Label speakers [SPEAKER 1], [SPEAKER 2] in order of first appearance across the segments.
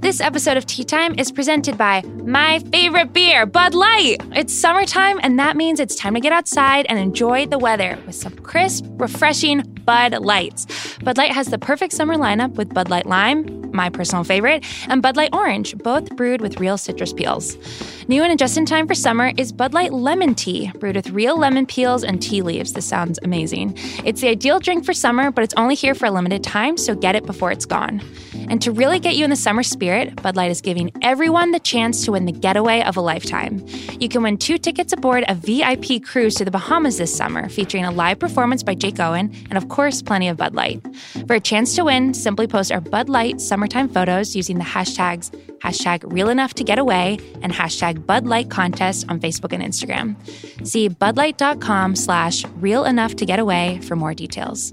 [SPEAKER 1] This episode of Tea Time is presented by my favorite beer, Bud Light. It's summertime, and that means it's time to get outside and enjoy the weather with some crisp, refreshing Bud Lights. Bud Light has the perfect summer lineup with Bud Light Lime, my personal favorite, and Bud Light Orange, both brewed with real citrus peels. New and just in time for summer is Bud Light Lemon Tea, brewed with real lemon peels and tea leaves. This sounds amazing. It's the ideal drink for summer, but it's only here for a limited time, so get it before it's gone. And to really get you in the summer spirit, Bud Light is giving everyone the chance to win the getaway of a lifetime. You can win two tickets aboard a VIP cruise to the Bahamas this summer, featuring a live performance by Jake Owen and, of course, plenty of Bud Light. For a chance to win, simply post our Bud Light summertime photos using the hashtags hashtag real enough to get away and hashtag Bud Light contest on Facebook and Instagram. See budlight.com slash real enough to get away for more details.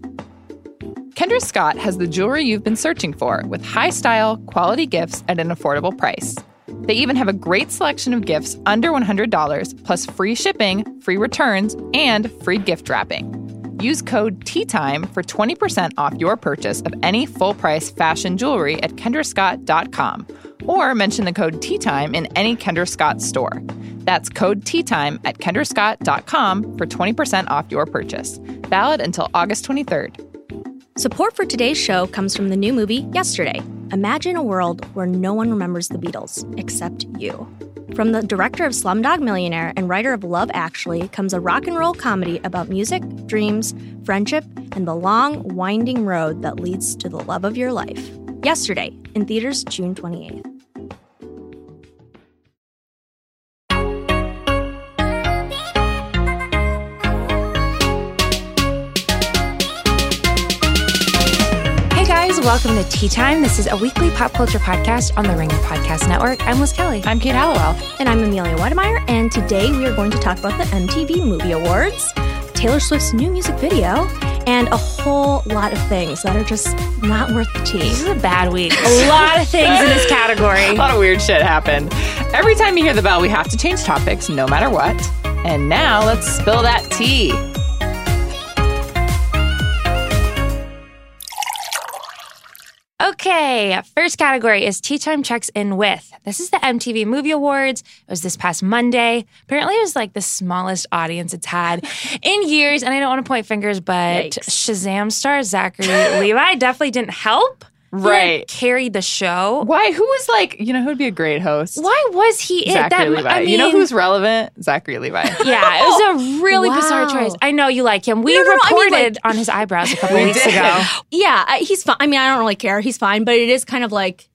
[SPEAKER 2] Kendra Scott has the jewelry you've been searching for with high style, quality gifts at an affordable price. They even have a great selection of gifts under $100, plus free shipping, free returns, and free gift wrapping. Use code TEATIME E for 20% off your purchase of any full price fashion jewelry at kendrascott.com or mention the code TEATIME E in any Kendra Scott store. That's code TEATIME E at kendrascott.com for 20% off your purchase. Valid until August 23rd.
[SPEAKER 3] Support for today's show comes from the new movie Yesterday. Imagine a world where no one remembers the Beatles except you. From the director of Slumdog Millionaire and writer of Love Actually comes a rock and roll comedy about music, dreams, friendship, and the long, winding road that leads to the love of your life. Yesterday, in theaters June 28th.
[SPEAKER 1] Hey guys, welcome to Tea Time. This is a weekly pop culture podcast on the Ringer Podcast Network. I'm Liz Kelly.
[SPEAKER 2] I'm Kate Hallowell.
[SPEAKER 3] And I'm Amelia Wedemeyer, and today we are going to talk about the MTV Movie Awards, Taylor Swift's new music video, and a whole lot of things that are just not worth the tea.
[SPEAKER 1] This is a bad week. A lot of things in this
[SPEAKER 2] A
[SPEAKER 1] category.
[SPEAKER 2] lot of weird shit happened. Every time you hear the bell, we have to change topics no matter what. And now let's spill that tea.
[SPEAKER 1] Okay, first category is Tea Time Checks In With. This is the MTV Movie Awards. It was this past Monday. Apparently, it was like the smallest audience it's had in years. And I don't want to point fingers, but
[SPEAKER 3] Yikes.
[SPEAKER 1] Shazam star Zachary Levi definitely didn't help. He, like,
[SPEAKER 2] Right.
[SPEAKER 1] carried the show.
[SPEAKER 2] Why? Who was like, you know, who'd be a great host?
[SPEAKER 1] Why was he it?
[SPEAKER 2] Zachary Levi.
[SPEAKER 1] I mean,
[SPEAKER 2] you know who's relevant? Zachary Levi.
[SPEAKER 1] Yeah, it was a really bizarre
[SPEAKER 3] Wow.
[SPEAKER 1] choice. I know you like him. We
[SPEAKER 3] No, no, no, I mean,
[SPEAKER 1] reported on his eyebrows a couple
[SPEAKER 2] We
[SPEAKER 1] weeks
[SPEAKER 2] did.
[SPEAKER 1] ago.
[SPEAKER 3] Yeah, I- he's fine. I mean, I don't really care. He's fine, but it is kind of like,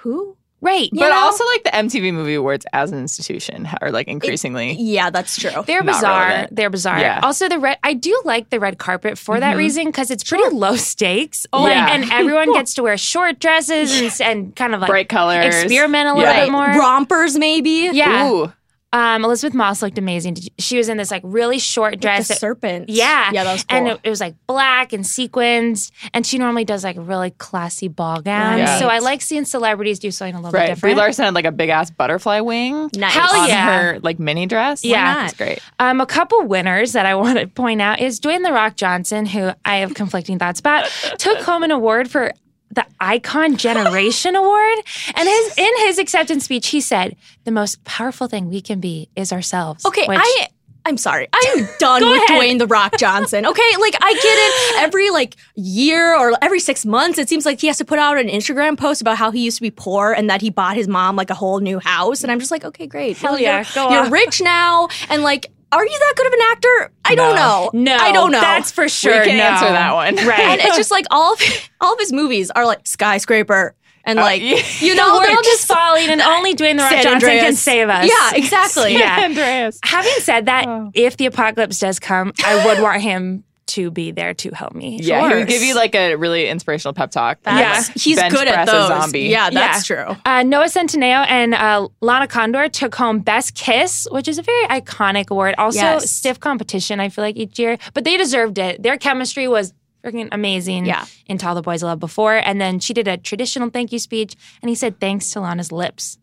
[SPEAKER 3] who?
[SPEAKER 1] Right.
[SPEAKER 2] but
[SPEAKER 3] know?
[SPEAKER 2] also like the MTV Movie Awards as an institution are like increasingly.
[SPEAKER 3] Yeah, that's true.
[SPEAKER 1] They're
[SPEAKER 2] Not
[SPEAKER 1] bizarre.
[SPEAKER 2] relevant.
[SPEAKER 1] They're bizarre.
[SPEAKER 2] Yeah.
[SPEAKER 1] Also, the red. I do like the red carpet for
[SPEAKER 3] Mm-hmm.
[SPEAKER 1] that reason because it's pretty low stakes.
[SPEAKER 2] Oh,
[SPEAKER 1] Like,
[SPEAKER 2] yeah.
[SPEAKER 1] and everyone gets to wear short dresses and, s- and kind of like
[SPEAKER 2] Bright colors.
[SPEAKER 1] experiment a little
[SPEAKER 2] Yeah.
[SPEAKER 1] bit more.
[SPEAKER 3] Rompers, maybe.
[SPEAKER 1] Yeah.
[SPEAKER 2] Ooh.
[SPEAKER 1] Um, Elizabeth Moss looked amazing. Did you- she was in this like really short
[SPEAKER 3] Like
[SPEAKER 1] dress.
[SPEAKER 3] the
[SPEAKER 1] that-
[SPEAKER 3] serpent.
[SPEAKER 1] yeah.
[SPEAKER 3] Yeah, that was cool.
[SPEAKER 1] And it, it was like black and sequins. And she normally does like really classy ball gowns.
[SPEAKER 2] Right.
[SPEAKER 1] So I like seeing celebrities do something a little bit
[SPEAKER 2] Right. Brie
[SPEAKER 1] different.
[SPEAKER 2] Larson had like a big ass butterfly wing.
[SPEAKER 3] Nice.
[SPEAKER 1] Hell
[SPEAKER 2] on
[SPEAKER 1] yeah.
[SPEAKER 2] her like mini dress.
[SPEAKER 1] Yeah.
[SPEAKER 3] not?
[SPEAKER 2] It's great.
[SPEAKER 1] Um, a couple winners that I want to point out is Dwayne The Rock Johnson, who I have conflicting thoughts about, took home an award for the Icon Generation Award. And his in his acceptance speech, he said, The most powerful thing we can be is ourselves.
[SPEAKER 3] Okay,
[SPEAKER 1] Which-
[SPEAKER 3] I I'm sorry. I'm done
[SPEAKER 1] Go
[SPEAKER 3] with
[SPEAKER 1] ahead.
[SPEAKER 3] Dwayne the Rock Johnson. Okay, like I get it. Every like year or every six months, it seems like he has to put out an Instagram post about how he used to be poor and that he bought his mom like a whole new house. And I'm just like, okay, great.
[SPEAKER 1] Hell
[SPEAKER 3] Well,
[SPEAKER 1] yeah,
[SPEAKER 3] you're,
[SPEAKER 1] go
[SPEAKER 3] you're
[SPEAKER 1] off.
[SPEAKER 3] rich now, and like, are you that good of an actor? I don't know.
[SPEAKER 1] no,
[SPEAKER 3] I don't know.
[SPEAKER 1] That's for sure.
[SPEAKER 2] we can
[SPEAKER 1] no.
[SPEAKER 2] answer that one.
[SPEAKER 1] Right.
[SPEAKER 3] and it's just like all of all of his movies are like skyscraper and like
[SPEAKER 2] yeah.
[SPEAKER 3] you
[SPEAKER 1] the
[SPEAKER 3] know they're
[SPEAKER 1] world is
[SPEAKER 3] just
[SPEAKER 1] falling, and only Dwayne The Rock
[SPEAKER 3] San
[SPEAKER 1] Johnson can
[SPEAKER 3] Andreas.
[SPEAKER 1] save us.
[SPEAKER 3] yeah Oh. exactly
[SPEAKER 1] Yeah.
[SPEAKER 2] Andreas.
[SPEAKER 1] Having said that, if the apocalypse does come, I would want him to be there to help me.
[SPEAKER 2] Yeah, he would give
[SPEAKER 3] course.
[SPEAKER 2] you like a really inspirational pep talk.
[SPEAKER 3] That's-
[SPEAKER 1] Yeah.
[SPEAKER 3] he's
[SPEAKER 2] Bench
[SPEAKER 3] good at
[SPEAKER 2] press a
[SPEAKER 3] those
[SPEAKER 2] zombie.
[SPEAKER 3] yeah that's
[SPEAKER 1] Yeah.
[SPEAKER 3] true
[SPEAKER 1] Uh, Noah Centineo and uh, Lana Condor took home Best Kiss, which is a very iconic award. Also,
[SPEAKER 3] Yes.
[SPEAKER 1] stiff competition, I feel like, each year, but they deserved it. Their chemistry was freaking amazing
[SPEAKER 3] Yeah.
[SPEAKER 1] in Tall the Boys Love Before. And then she did a traditional thank you speech, and he said thanks to Lana's lips.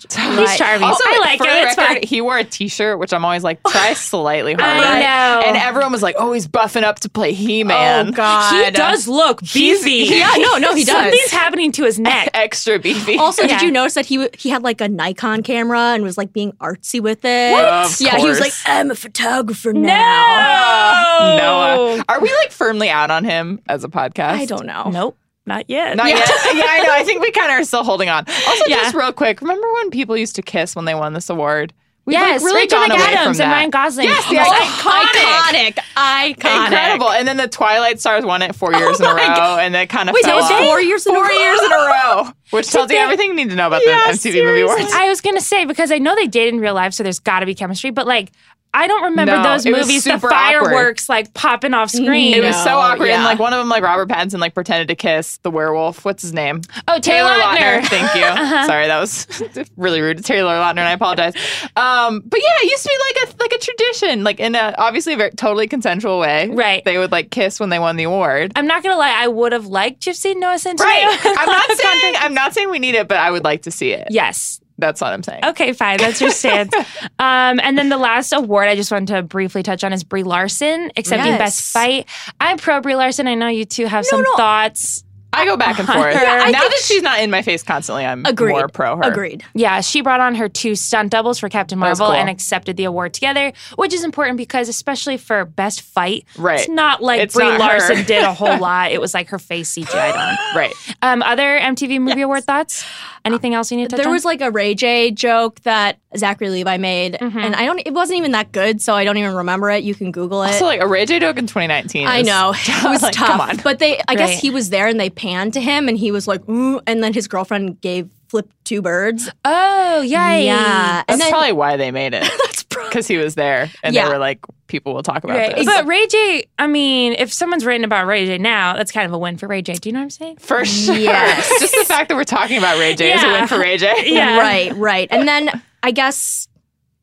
[SPEAKER 1] He's charming.
[SPEAKER 3] oh,
[SPEAKER 2] Also,
[SPEAKER 1] Oh, I like
[SPEAKER 2] for
[SPEAKER 1] it.
[SPEAKER 2] the
[SPEAKER 1] It's
[SPEAKER 2] record,
[SPEAKER 1] fine.
[SPEAKER 2] he wore a T-shirt, which I'm always like, try slightly harder.
[SPEAKER 1] I know.
[SPEAKER 2] And everyone was like, oh, he's buffing up to play He-Man.
[SPEAKER 4] Oh God.
[SPEAKER 1] He does look
[SPEAKER 2] He's-
[SPEAKER 1] beefy.
[SPEAKER 4] Yeah, no, no, he does.
[SPEAKER 1] Something's happening to his neck.
[SPEAKER 2] Extra beefy.
[SPEAKER 3] Also,
[SPEAKER 1] Yeah.
[SPEAKER 3] did you notice that he w- he had like a Nikon camera and was like being artsy with it?
[SPEAKER 2] Of
[SPEAKER 3] yeah, he was like,
[SPEAKER 2] course.
[SPEAKER 3] I'm a photographer
[SPEAKER 1] No.
[SPEAKER 3] now.
[SPEAKER 2] Noah. Are we like firmly out on him as a podcast?
[SPEAKER 3] I don't know.
[SPEAKER 1] Nope. Not yet.
[SPEAKER 2] Not yet. yeah, I know. I think we kind of are still holding on. Also,
[SPEAKER 1] Yeah.
[SPEAKER 2] just real quick, remember when people used to kiss when they won this award? We've
[SPEAKER 1] yes,
[SPEAKER 2] like really
[SPEAKER 1] Rachel
[SPEAKER 2] gone away from
[SPEAKER 1] McAdams and
[SPEAKER 2] that.
[SPEAKER 1] Ryan Gosling.
[SPEAKER 2] Yes,
[SPEAKER 1] Oh my
[SPEAKER 2] yes.
[SPEAKER 1] God.
[SPEAKER 2] Iconic.
[SPEAKER 3] Iconic. Iconic.
[SPEAKER 2] Incredible. And then the Twilight Stars won it four years in a row,
[SPEAKER 3] Oh my God.
[SPEAKER 2] and that kind of
[SPEAKER 3] Wait, that
[SPEAKER 2] fell
[SPEAKER 3] was
[SPEAKER 2] off.
[SPEAKER 3] four years in a
[SPEAKER 2] Four
[SPEAKER 3] row?
[SPEAKER 2] years in a row, which tells you everything you need to know about
[SPEAKER 4] Yeah,
[SPEAKER 2] the MTV Movie Awards.
[SPEAKER 1] I was gonna say because I know they did in real life, so there's got to be chemistry. But like, I don't remember
[SPEAKER 2] No,
[SPEAKER 1] those
[SPEAKER 2] it was
[SPEAKER 1] movies. The
[SPEAKER 2] super awkward.
[SPEAKER 1] fireworks like popping off screen.
[SPEAKER 2] It was so
[SPEAKER 4] No,
[SPEAKER 2] awkward. And
[SPEAKER 4] yeah.
[SPEAKER 2] like one of them, like Robert Pattinson, like pretended to kiss the werewolf. What's his name?
[SPEAKER 1] oh, Taylor, Lautner.
[SPEAKER 2] Thank you.
[SPEAKER 3] Uh-huh.
[SPEAKER 2] Sorry, that was really rude to Taylor Lautner, and I apologize. Um, but yeah, it used to be like a like a tradition, like in a obviously a very, totally consensual way.
[SPEAKER 1] Right.
[SPEAKER 2] They would like kiss when they won the award.
[SPEAKER 1] I'm not gonna lie. I would have liked to have seen Noah Centineo.
[SPEAKER 2] Right. I'm not saying I'm not saying we need it, but I would like to see it.
[SPEAKER 1] yes.
[SPEAKER 2] That's what I'm saying.
[SPEAKER 1] Okay, fine. That's your stance. um, and then the last award I just wanted to briefly touch on is Brie Larson accepting
[SPEAKER 3] Yes.
[SPEAKER 1] Best Fight. I'm pro Brie Larson. I know you two have some
[SPEAKER 3] no.
[SPEAKER 1] thoughts.
[SPEAKER 2] I go back and forth.
[SPEAKER 1] Yeah, I
[SPEAKER 2] now
[SPEAKER 1] think
[SPEAKER 2] that she's not in my face constantly, I'm
[SPEAKER 3] Agreed.
[SPEAKER 2] more pro her.
[SPEAKER 3] Agreed.
[SPEAKER 1] Yeah, she brought on her two stunt doubles for Captain
[SPEAKER 2] was
[SPEAKER 1] Marvel
[SPEAKER 2] cool.
[SPEAKER 1] and accepted the award together, which is important because especially for best fight,
[SPEAKER 2] Right.
[SPEAKER 1] it's not like
[SPEAKER 2] It's
[SPEAKER 1] Brie
[SPEAKER 2] not her.
[SPEAKER 1] Larson did a whole lot. It was like her face CGI'd on.
[SPEAKER 2] Right.
[SPEAKER 1] Um, other MTV Movie Award thoughts? Anything else you need to touch
[SPEAKER 3] There
[SPEAKER 1] on?
[SPEAKER 3] was like a Ray J joke that Zachary Levi made,
[SPEAKER 2] Mm-hmm.
[SPEAKER 3] and I don't. It wasn't even that good, so I don't even remember it. You can Google it.
[SPEAKER 2] So like a Ray J joke in 2019.
[SPEAKER 3] I
[SPEAKER 2] is-
[SPEAKER 3] know it was
[SPEAKER 2] Like,
[SPEAKER 3] tough,
[SPEAKER 2] come on.
[SPEAKER 3] but they. I guess
[SPEAKER 1] Right.
[SPEAKER 3] he was there, and they panned to him, and he was like, "Ooh," and then his girlfriend gave flip two birds.
[SPEAKER 1] oh, yay.
[SPEAKER 3] Yeah,
[SPEAKER 2] That's
[SPEAKER 3] and then
[SPEAKER 2] probably why they made it
[SPEAKER 3] that's probably
[SPEAKER 2] because he was there, and
[SPEAKER 3] Yeah.
[SPEAKER 2] they were like, people will talk about
[SPEAKER 1] Right.
[SPEAKER 2] this.
[SPEAKER 1] But Ray J, I mean, if someone's written about Ray J now, that's kind of a win for Ray J. Do you know what I'm saying?
[SPEAKER 2] For sure.
[SPEAKER 3] Yes.
[SPEAKER 2] Just the fact that we're talking about Ray J is a
[SPEAKER 1] Yeah.
[SPEAKER 2] win for Ray J.
[SPEAKER 1] Yeah.
[SPEAKER 3] right, right. And then I guess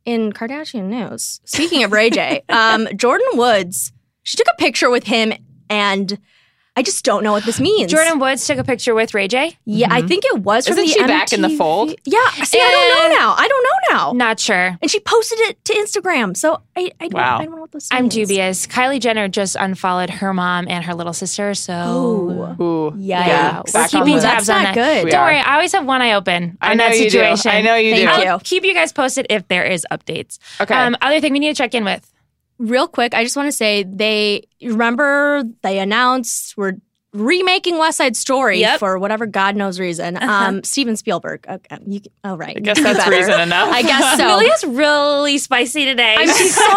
[SPEAKER 3] in Kardashian news, speaking of Ray J, um, Jordan Woods, she took a picture with him, and I just don't know what this means.
[SPEAKER 1] Jordan Woods took a picture with Ray J.
[SPEAKER 3] yeah, I think it was. from
[SPEAKER 2] Mm-hmm. Isn't
[SPEAKER 3] the
[SPEAKER 2] she back in the
[SPEAKER 3] MTV
[SPEAKER 2] fold?
[SPEAKER 3] Yeah, see, I don't know
[SPEAKER 1] And-
[SPEAKER 3] now. I don't know now.
[SPEAKER 1] Not sure.
[SPEAKER 3] And she posted it to Instagram, so I, I, don't,
[SPEAKER 2] Wow.
[SPEAKER 3] I don't know what this.
[SPEAKER 1] I'm
[SPEAKER 3] means.
[SPEAKER 1] dubious. Kylie Jenner just unfollowed her mom and her little sister, so
[SPEAKER 3] Ooh.
[SPEAKER 2] Ooh.
[SPEAKER 3] Yeah.
[SPEAKER 1] Yeah,
[SPEAKER 2] Back
[SPEAKER 1] we're
[SPEAKER 2] on
[SPEAKER 1] keeping
[SPEAKER 2] the-
[SPEAKER 1] tabs
[SPEAKER 3] That's
[SPEAKER 1] on that.
[SPEAKER 3] not good.
[SPEAKER 2] We
[SPEAKER 1] Don't
[SPEAKER 2] are.
[SPEAKER 1] worry, I always have one eye open
[SPEAKER 2] I
[SPEAKER 1] on
[SPEAKER 2] know
[SPEAKER 1] that
[SPEAKER 2] you do.
[SPEAKER 1] situation.
[SPEAKER 2] I know you
[SPEAKER 3] Thank
[SPEAKER 2] do.
[SPEAKER 3] you.
[SPEAKER 1] I'll keep you guys posted if there is updates.
[SPEAKER 2] Okay.
[SPEAKER 1] Um, other thing we need to check in with.
[SPEAKER 3] Real quick, I just want to say they remember they announced we're remaking West Side Story
[SPEAKER 1] Yep.
[SPEAKER 3] for whatever God knows reason. Um, Steven Spielberg. Okay, you, can- oh right,
[SPEAKER 2] I guess that's reason enough.
[SPEAKER 3] I guess so.
[SPEAKER 1] Amelia's really spicy today.
[SPEAKER 3] I'm
[SPEAKER 1] She's-
[SPEAKER 3] sorry.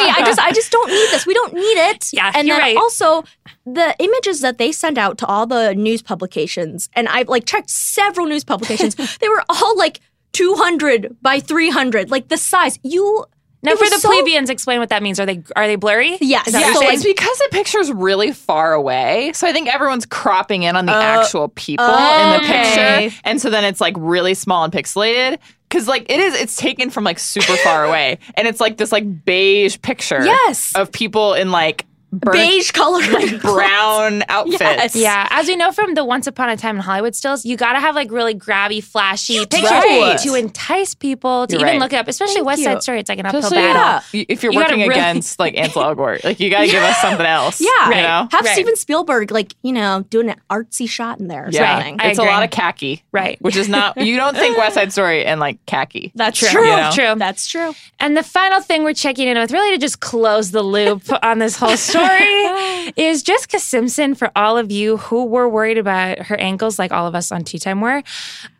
[SPEAKER 3] I just I just don't need this. We don't need it.
[SPEAKER 1] Yeah,
[SPEAKER 3] And
[SPEAKER 1] you're
[SPEAKER 3] then
[SPEAKER 1] right.
[SPEAKER 3] also the images that they send out to all the news publications, and I've like checked several news publications. they were all like 200 by 300, like the size. You
[SPEAKER 1] now
[SPEAKER 3] it
[SPEAKER 1] for
[SPEAKER 3] was
[SPEAKER 1] the
[SPEAKER 3] so-
[SPEAKER 1] plebeians, explain what that means. Are they are they blurry?
[SPEAKER 3] Yes.
[SPEAKER 1] Is that
[SPEAKER 2] Yeah,
[SPEAKER 1] what
[SPEAKER 2] so
[SPEAKER 1] you're
[SPEAKER 2] it's
[SPEAKER 1] saying?
[SPEAKER 2] because the picture's really far away. So I think everyone's cropping in on the actual people in the
[SPEAKER 3] okay.
[SPEAKER 2] picture. And so then it's like really small and pixelated. Cause like it is, it's taken from like super far away. And it's like this like beige picture
[SPEAKER 3] Yes.
[SPEAKER 2] of people in like burnt
[SPEAKER 3] beige color.
[SPEAKER 2] brown outfits.
[SPEAKER 3] Yes.
[SPEAKER 1] yeah, as we know from the Once Upon a Time in Hollywood stills, you gotta have like really grabby, flashy pictures
[SPEAKER 2] Right.
[SPEAKER 1] to entice people to
[SPEAKER 2] You're
[SPEAKER 1] even
[SPEAKER 2] right.
[SPEAKER 1] look it up. Especially West Side
[SPEAKER 3] you.
[SPEAKER 1] Story, it's like an uphill
[SPEAKER 2] Especially
[SPEAKER 1] battle.
[SPEAKER 2] yeah, if you're
[SPEAKER 1] You gotta
[SPEAKER 2] working
[SPEAKER 1] really-
[SPEAKER 2] against like Ansel Elgort, like you gotta give us something else.
[SPEAKER 3] Yeah.
[SPEAKER 2] you
[SPEAKER 1] Right.
[SPEAKER 2] know?
[SPEAKER 3] Have
[SPEAKER 1] Right.
[SPEAKER 3] Steven Spielberg like you know doing an artsy shot in there or
[SPEAKER 2] yeah.
[SPEAKER 3] something.
[SPEAKER 1] I
[SPEAKER 2] It's a
[SPEAKER 1] agree.
[SPEAKER 2] lot of khaki,
[SPEAKER 1] Right.
[SPEAKER 2] Which is not you don't think West Side Story and like khaki.
[SPEAKER 3] That's
[SPEAKER 1] True.
[SPEAKER 3] true.
[SPEAKER 2] You know?
[SPEAKER 1] True.
[SPEAKER 3] That's true.
[SPEAKER 1] And the final thing we're checking in with, really to just close the loop on this whole story, is Jessica Simpson for all of you who were worried about her ankles, like all of us on Tea Time were.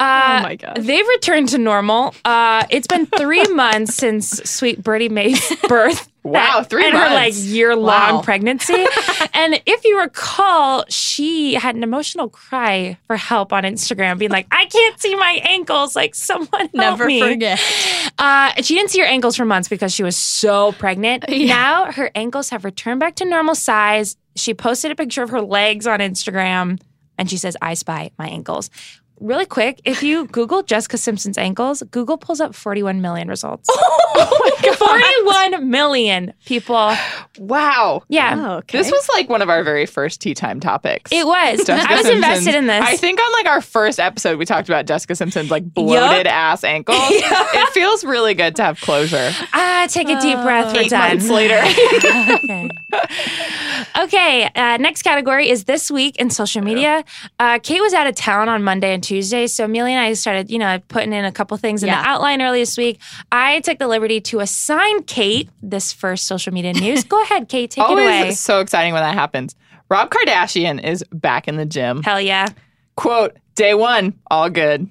[SPEAKER 1] Uh,
[SPEAKER 2] Oh my gosh.
[SPEAKER 1] They've returned to normal. Uh, it's been three months since Sweet Birdie Mae's birth.
[SPEAKER 2] Wow,
[SPEAKER 1] that-
[SPEAKER 2] three
[SPEAKER 1] and her like
[SPEAKER 2] months.
[SPEAKER 1] year long
[SPEAKER 3] Wow.
[SPEAKER 1] pregnancy. and if you recall, she had an emotional cry for help on Instagram, being like, "I can't see my ankles. Like someone help
[SPEAKER 3] Never
[SPEAKER 1] me."
[SPEAKER 3] forget.
[SPEAKER 1] Uh, she didn't see her ankles for months because she was so pregnant. Now her ankles have returned back to normal size. She posted a picture of her legs on Instagram and she says, I spy my ankles. really quick, if you Google Jessica Simpson's ankles, Google pulls up 41 million results.
[SPEAKER 2] Oh
[SPEAKER 1] Oh 41 million people.
[SPEAKER 2] Wow.
[SPEAKER 1] Yeah.
[SPEAKER 3] Oh, okay.
[SPEAKER 2] This was like one of our very first tea time topics.
[SPEAKER 1] It was.
[SPEAKER 2] Jessica
[SPEAKER 1] I was
[SPEAKER 2] Simpson's-
[SPEAKER 1] invested in this.
[SPEAKER 2] I think on like our first episode, we talked about Jessica Simpson's like bloated ass ankles. It feels really good to have closure.
[SPEAKER 1] ah, take a deep breath. We're
[SPEAKER 2] Eight
[SPEAKER 1] done.
[SPEAKER 2] months later.
[SPEAKER 1] okay. Okay. Uh, next category is this week in social media. Uh, Kate was out of town on Monday and Tuesday, so Amelia and I started, you know, putting in a couple things in
[SPEAKER 3] Yeah.
[SPEAKER 1] the outline early this week. I took the liberty to assign Kate this first social media news. Go ahead, Kate. Take
[SPEAKER 2] Always
[SPEAKER 1] it away.
[SPEAKER 2] so exciting when that happens. Rob Kardashian is back in the gym.
[SPEAKER 1] Hell yeah.
[SPEAKER 2] Quote, day one, all good.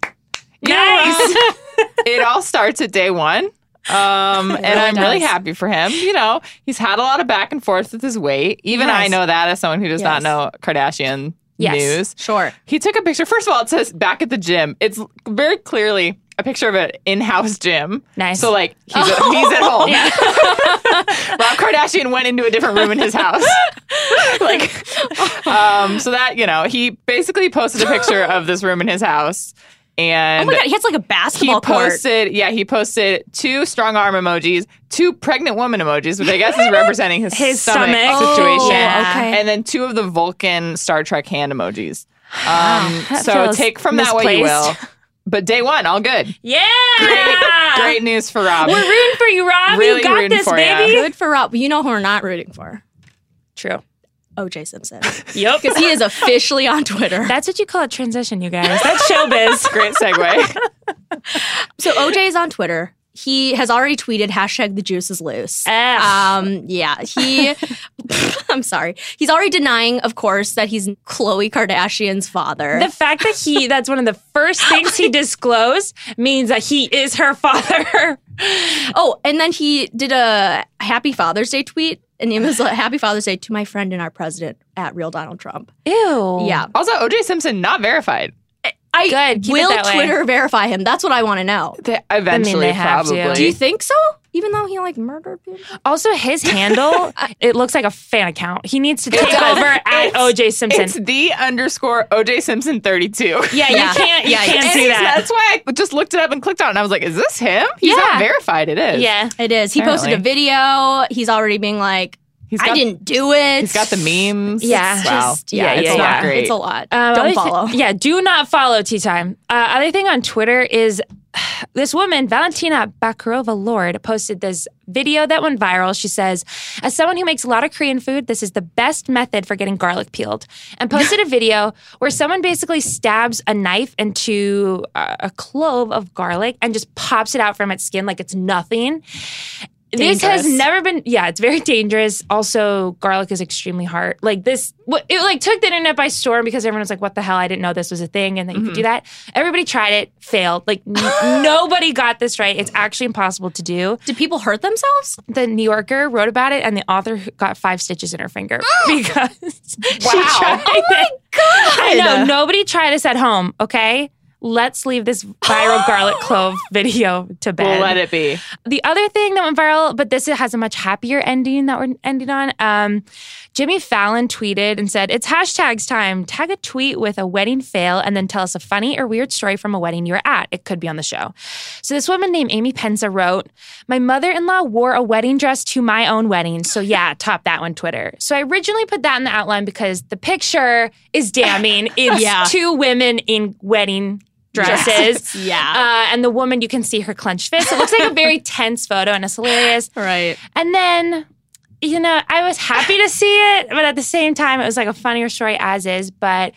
[SPEAKER 2] You know, uh,
[SPEAKER 1] Nice.
[SPEAKER 2] it all starts at day one. Um, and I'm really
[SPEAKER 1] does.
[SPEAKER 2] happy for him. You know, he's had a lot of back and forth with his weight. Even
[SPEAKER 1] Yes.
[SPEAKER 2] I know that as someone who does
[SPEAKER 3] Yes.
[SPEAKER 2] not know Kardashian
[SPEAKER 1] Yes.
[SPEAKER 2] news.
[SPEAKER 3] Sure.
[SPEAKER 2] He took a picture. First of all, it says back at the gym. It's very clearly a picture of an in-house gym.
[SPEAKER 1] Nice.
[SPEAKER 2] So like he's, at,
[SPEAKER 3] Oh.
[SPEAKER 2] he's at home. Rob Kardashian went into a different room in his house. like, um, so that you know, he basically posted a picture of this room in his house, and
[SPEAKER 3] Oh my god, he has like a basketball
[SPEAKER 2] he
[SPEAKER 3] court.
[SPEAKER 2] posted, yeah, he posted two strong arm emojis, two pregnant woman emojis, which I guess is representing his,
[SPEAKER 1] His
[SPEAKER 2] stomach,
[SPEAKER 1] stomach. Oh,
[SPEAKER 2] situation,
[SPEAKER 1] Yeah.
[SPEAKER 3] okay.
[SPEAKER 2] and then two of the Vulcan Star Trek hand emojis. Um,
[SPEAKER 1] that
[SPEAKER 2] so
[SPEAKER 1] feels
[SPEAKER 2] take from that what you will.
[SPEAKER 1] misplaced.
[SPEAKER 2] But day one, all good.
[SPEAKER 1] yeah.
[SPEAKER 2] Great news for Rob.
[SPEAKER 1] We're rooting for you, Rob.
[SPEAKER 2] Really
[SPEAKER 1] you got
[SPEAKER 2] rooting
[SPEAKER 1] this,
[SPEAKER 2] for ya.
[SPEAKER 1] baby.
[SPEAKER 3] Good for Rob. You know who we're not rooting for?
[SPEAKER 1] True.
[SPEAKER 3] OJ Simpson.
[SPEAKER 1] Yep.
[SPEAKER 3] Because he is officially on Twitter.
[SPEAKER 1] That's what you call a transition, you guys. That's showbiz.
[SPEAKER 2] Great segue.
[SPEAKER 3] So OJ is on Twitter. He has already tweeted hashtag the juice is loose.
[SPEAKER 1] Ugh.
[SPEAKER 3] Um, yeah, he. I'm sorry. He's already denying, of course, that he's Khloe Kardashian's father.
[SPEAKER 1] The fact that he that's one of the first things he disclosed means that he is her father.
[SPEAKER 3] oh, and then he did a Happy Father's Day tweet, and it was like, Happy Father's Day to my friend and our president at Real Donald Trump.
[SPEAKER 1] Ew.
[SPEAKER 3] Yeah,
[SPEAKER 2] also, OJ Simpson not verified.
[SPEAKER 3] I
[SPEAKER 1] Oh, Good. Keep it
[SPEAKER 3] will
[SPEAKER 1] that way.
[SPEAKER 3] Twitter verify him. That's what I want to know.
[SPEAKER 2] They eventually,
[SPEAKER 1] they have to.
[SPEAKER 2] probably.
[SPEAKER 3] Do you think so? Even though he like murdered people.
[SPEAKER 1] Also, his handle, it looks like a fan account. He needs to take
[SPEAKER 2] does.
[SPEAKER 1] over at
[SPEAKER 2] It's-
[SPEAKER 1] OJ Simpson.
[SPEAKER 2] it's the underscore OJ Simpson thirty two.
[SPEAKER 1] Yeah, you
[SPEAKER 3] Yeah.
[SPEAKER 1] can't you
[SPEAKER 3] Yeah, yeah.
[SPEAKER 1] can't
[SPEAKER 2] And
[SPEAKER 1] do
[SPEAKER 2] it's-
[SPEAKER 1] that.
[SPEAKER 2] That's why I just looked it up and clicked on it. And I was like, is this him? He's
[SPEAKER 1] Yeah.
[SPEAKER 2] not verified. It is.
[SPEAKER 1] Yeah.
[SPEAKER 3] It is. He posted a video. He's already being like,
[SPEAKER 2] He's
[SPEAKER 3] I
[SPEAKER 2] got,
[SPEAKER 3] didn't do it.
[SPEAKER 2] He's got the memes.
[SPEAKER 1] Yeah.
[SPEAKER 2] Wow.
[SPEAKER 1] It's
[SPEAKER 3] Just-
[SPEAKER 1] Yeah,
[SPEAKER 2] it's
[SPEAKER 1] yeah,
[SPEAKER 2] not
[SPEAKER 1] yeah.
[SPEAKER 2] great.
[SPEAKER 3] It's a lot.
[SPEAKER 1] Um, other
[SPEAKER 3] Don't
[SPEAKER 1] thi-
[SPEAKER 3] follow.
[SPEAKER 1] yeah, do not follow Tea Time. Uh, other thing on Twitter is this woman, Valentina Bakarova Lord, posted this video that went viral. She says, As someone who makes a lot of Korean food, this is the best method for getting garlic peeled. And posted a video where someone basically stabs a knife into uh, a clove of garlic and just pops it out from its skin like it's nothing. This has
[SPEAKER 3] Dangerous.
[SPEAKER 1] never been. Yeah, it's very dangerous. Also, garlic is extremely hard. Like this, what- it like took the internet by storm because everyone was like, "What the hell? I didn't know this was a thing," and that you could do that. Everybody tried it, failed. Like n- nobody got this right. It's actually impossible to do.
[SPEAKER 3] Did people hurt themselves?
[SPEAKER 1] The New Yorker wrote about it, and the author got five stitches in her finger because
[SPEAKER 2] Wow.
[SPEAKER 1] she tried
[SPEAKER 2] Oh
[SPEAKER 1] it. I know nobody try this at home. Okay, let's leave this viral garlic clove video to bed.
[SPEAKER 2] We'll let it be.
[SPEAKER 1] The other thing that went viral, but this has a much happier ending that we're ending on. Um, Jimmy Fallon tweeted and said, It's hashtags time. Tag a tweet with a wedding fail and then tell us a funny or weird story from a wedding you were at. It could be on the show. So, this woman named Amy Penza wrote, My mother in law wore a wedding dress to my own wedding. So, yeah, top that one, Twitter. So, I originally put that in the outline because the picture is damning. It's
[SPEAKER 3] Yeah.
[SPEAKER 1] two women in wedding dresses.
[SPEAKER 3] Yeah.
[SPEAKER 1] Uh, and the woman, you can see her clenched fist. It looks like a very tense photo, and it's hilarious.
[SPEAKER 3] right.
[SPEAKER 1] And then, you know, I was happy to see it, but at the same time, it was like a funnier story as is. But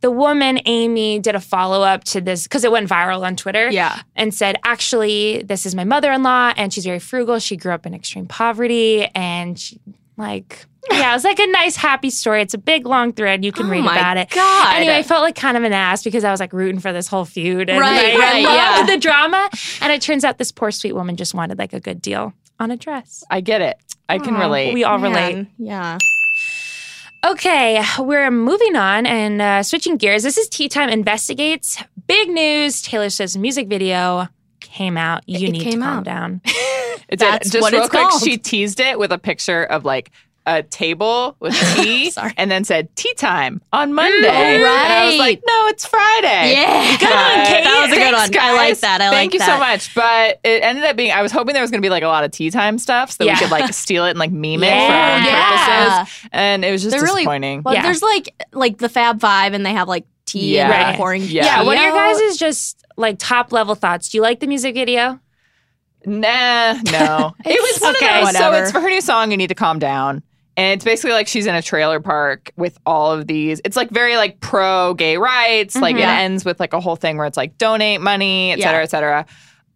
[SPEAKER 1] the woman, Amy, did a follow up to this because it went viral on Twitter
[SPEAKER 3] Yeah.
[SPEAKER 1] and said, actually, this is my mother in law, and she's very frugal. She grew up in extreme poverty, and she, like, yeah, it was like a nice, happy story. It's a big, long thread. You can read
[SPEAKER 3] Oh my
[SPEAKER 1] about it.
[SPEAKER 3] God.
[SPEAKER 1] Anyway, I felt like kind of an ass because I was like rooting for this whole feud. And
[SPEAKER 3] Right,
[SPEAKER 1] like,
[SPEAKER 3] right,
[SPEAKER 1] I loved
[SPEAKER 3] yeah.
[SPEAKER 1] the drama. And it turns out this poor, sweet woman just wanted like a good deal on a dress.
[SPEAKER 2] I get it. I can relate.
[SPEAKER 1] We all
[SPEAKER 3] Man,
[SPEAKER 1] relate.
[SPEAKER 3] Yeah.
[SPEAKER 1] Okay, we're moving on and uh, switching gears. This is Tea Time Investigates. Big news Taylor Swift's music video came out. You
[SPEAKER 3] It
[SPEAKER 1] need
[SPEAKER 3] came
[SPEAKER 1] to calm
[SPEAKER 3] out.
[SPEAKER 1] down.
[SPEAKER 2] It did.
[SPEAKER 3] That's
[SPEAKER 2] Just
[SPEAKER 3] what
[SPEAKER 2] real
[SPEAKER 3] it's
[SPEAKER 2] quick,
[SPEAKER 3] called.
[SPEAKER 2] she teased it with a picture of like a table with tea
[SPEAKER 3] Sorry.
[SPEAKER 2] and then said tea time on Monday. And I was like,
[SPEAKER 3] right.
[SPEAKER 2] no, it's Friday.
[SPEAKER 3] Yeah.
[SPEAKER 2] But-
[SPEAKER 1] Kate.
[SPEAKER 3] That was a good
[SPEAKER 2] Thanks,
[SPEAKER 3] one. I like
[SPEAKER 2] guys.
[SPEAKER 3] that. I
[SPEAKER 2] Thank you
[SPEAKER 3] like
[SPEAKER 2] so
[SPEAKER 3] that.
[SPEAKER 2] much. But it ended up being I was hoping there was gonna be like a lot of tea time stuff so that
[SPEAKER 1] Yeah.
[SPEAKER 2] we could like steal it and like meme it for our
[SPEAKER 1] Yeah.
[SPEAKER 2] own
[SPEAKER 3] Yeah.
[SPEAKER 2] purposes. And it was just
[SPEAKER 3] They're really-
[SPEAKER 2] disappointing.
[SPEAKER 3] Well,
[SPEAKER 1] Yeah.
[SPEAKER 3] there's like like the Fab Five, and they have like tea and
[SPEAKER 1] Yeah.
[SPEAKER 3] like, pouring.
[SPEAKER 2] Yeah.
[SPEAKER 1] Yeah,
[SPEAKER 3] tea
[SPEAKER 1] what are your
[SPEAKER 3] out.
[SPEAKER 1] guys' is just like top level thoughts? Do you like the music video?
[SPEAKER 2] Nah, no. it was one
[SPEAKER 3] okay,
[SPEAKER 2] of those. So
[SPEAKER 3] whatever.
[SPEAKER 2] it's for her new song. You need to calm down. And it's basically like she's in a trailer park with all of these. It's like very like pro gay rights. Like
[SPEAKER 1] Mhm.
[SPEAKER 2] it
[SPEAKER 3] Mm-hmm. Yeah.
[SPEAKER 2] ends with like a whole thing where it's like donate money, et
[SPEAKER 3] Yeah.
[SPEAKER 2] cetera, et cetera.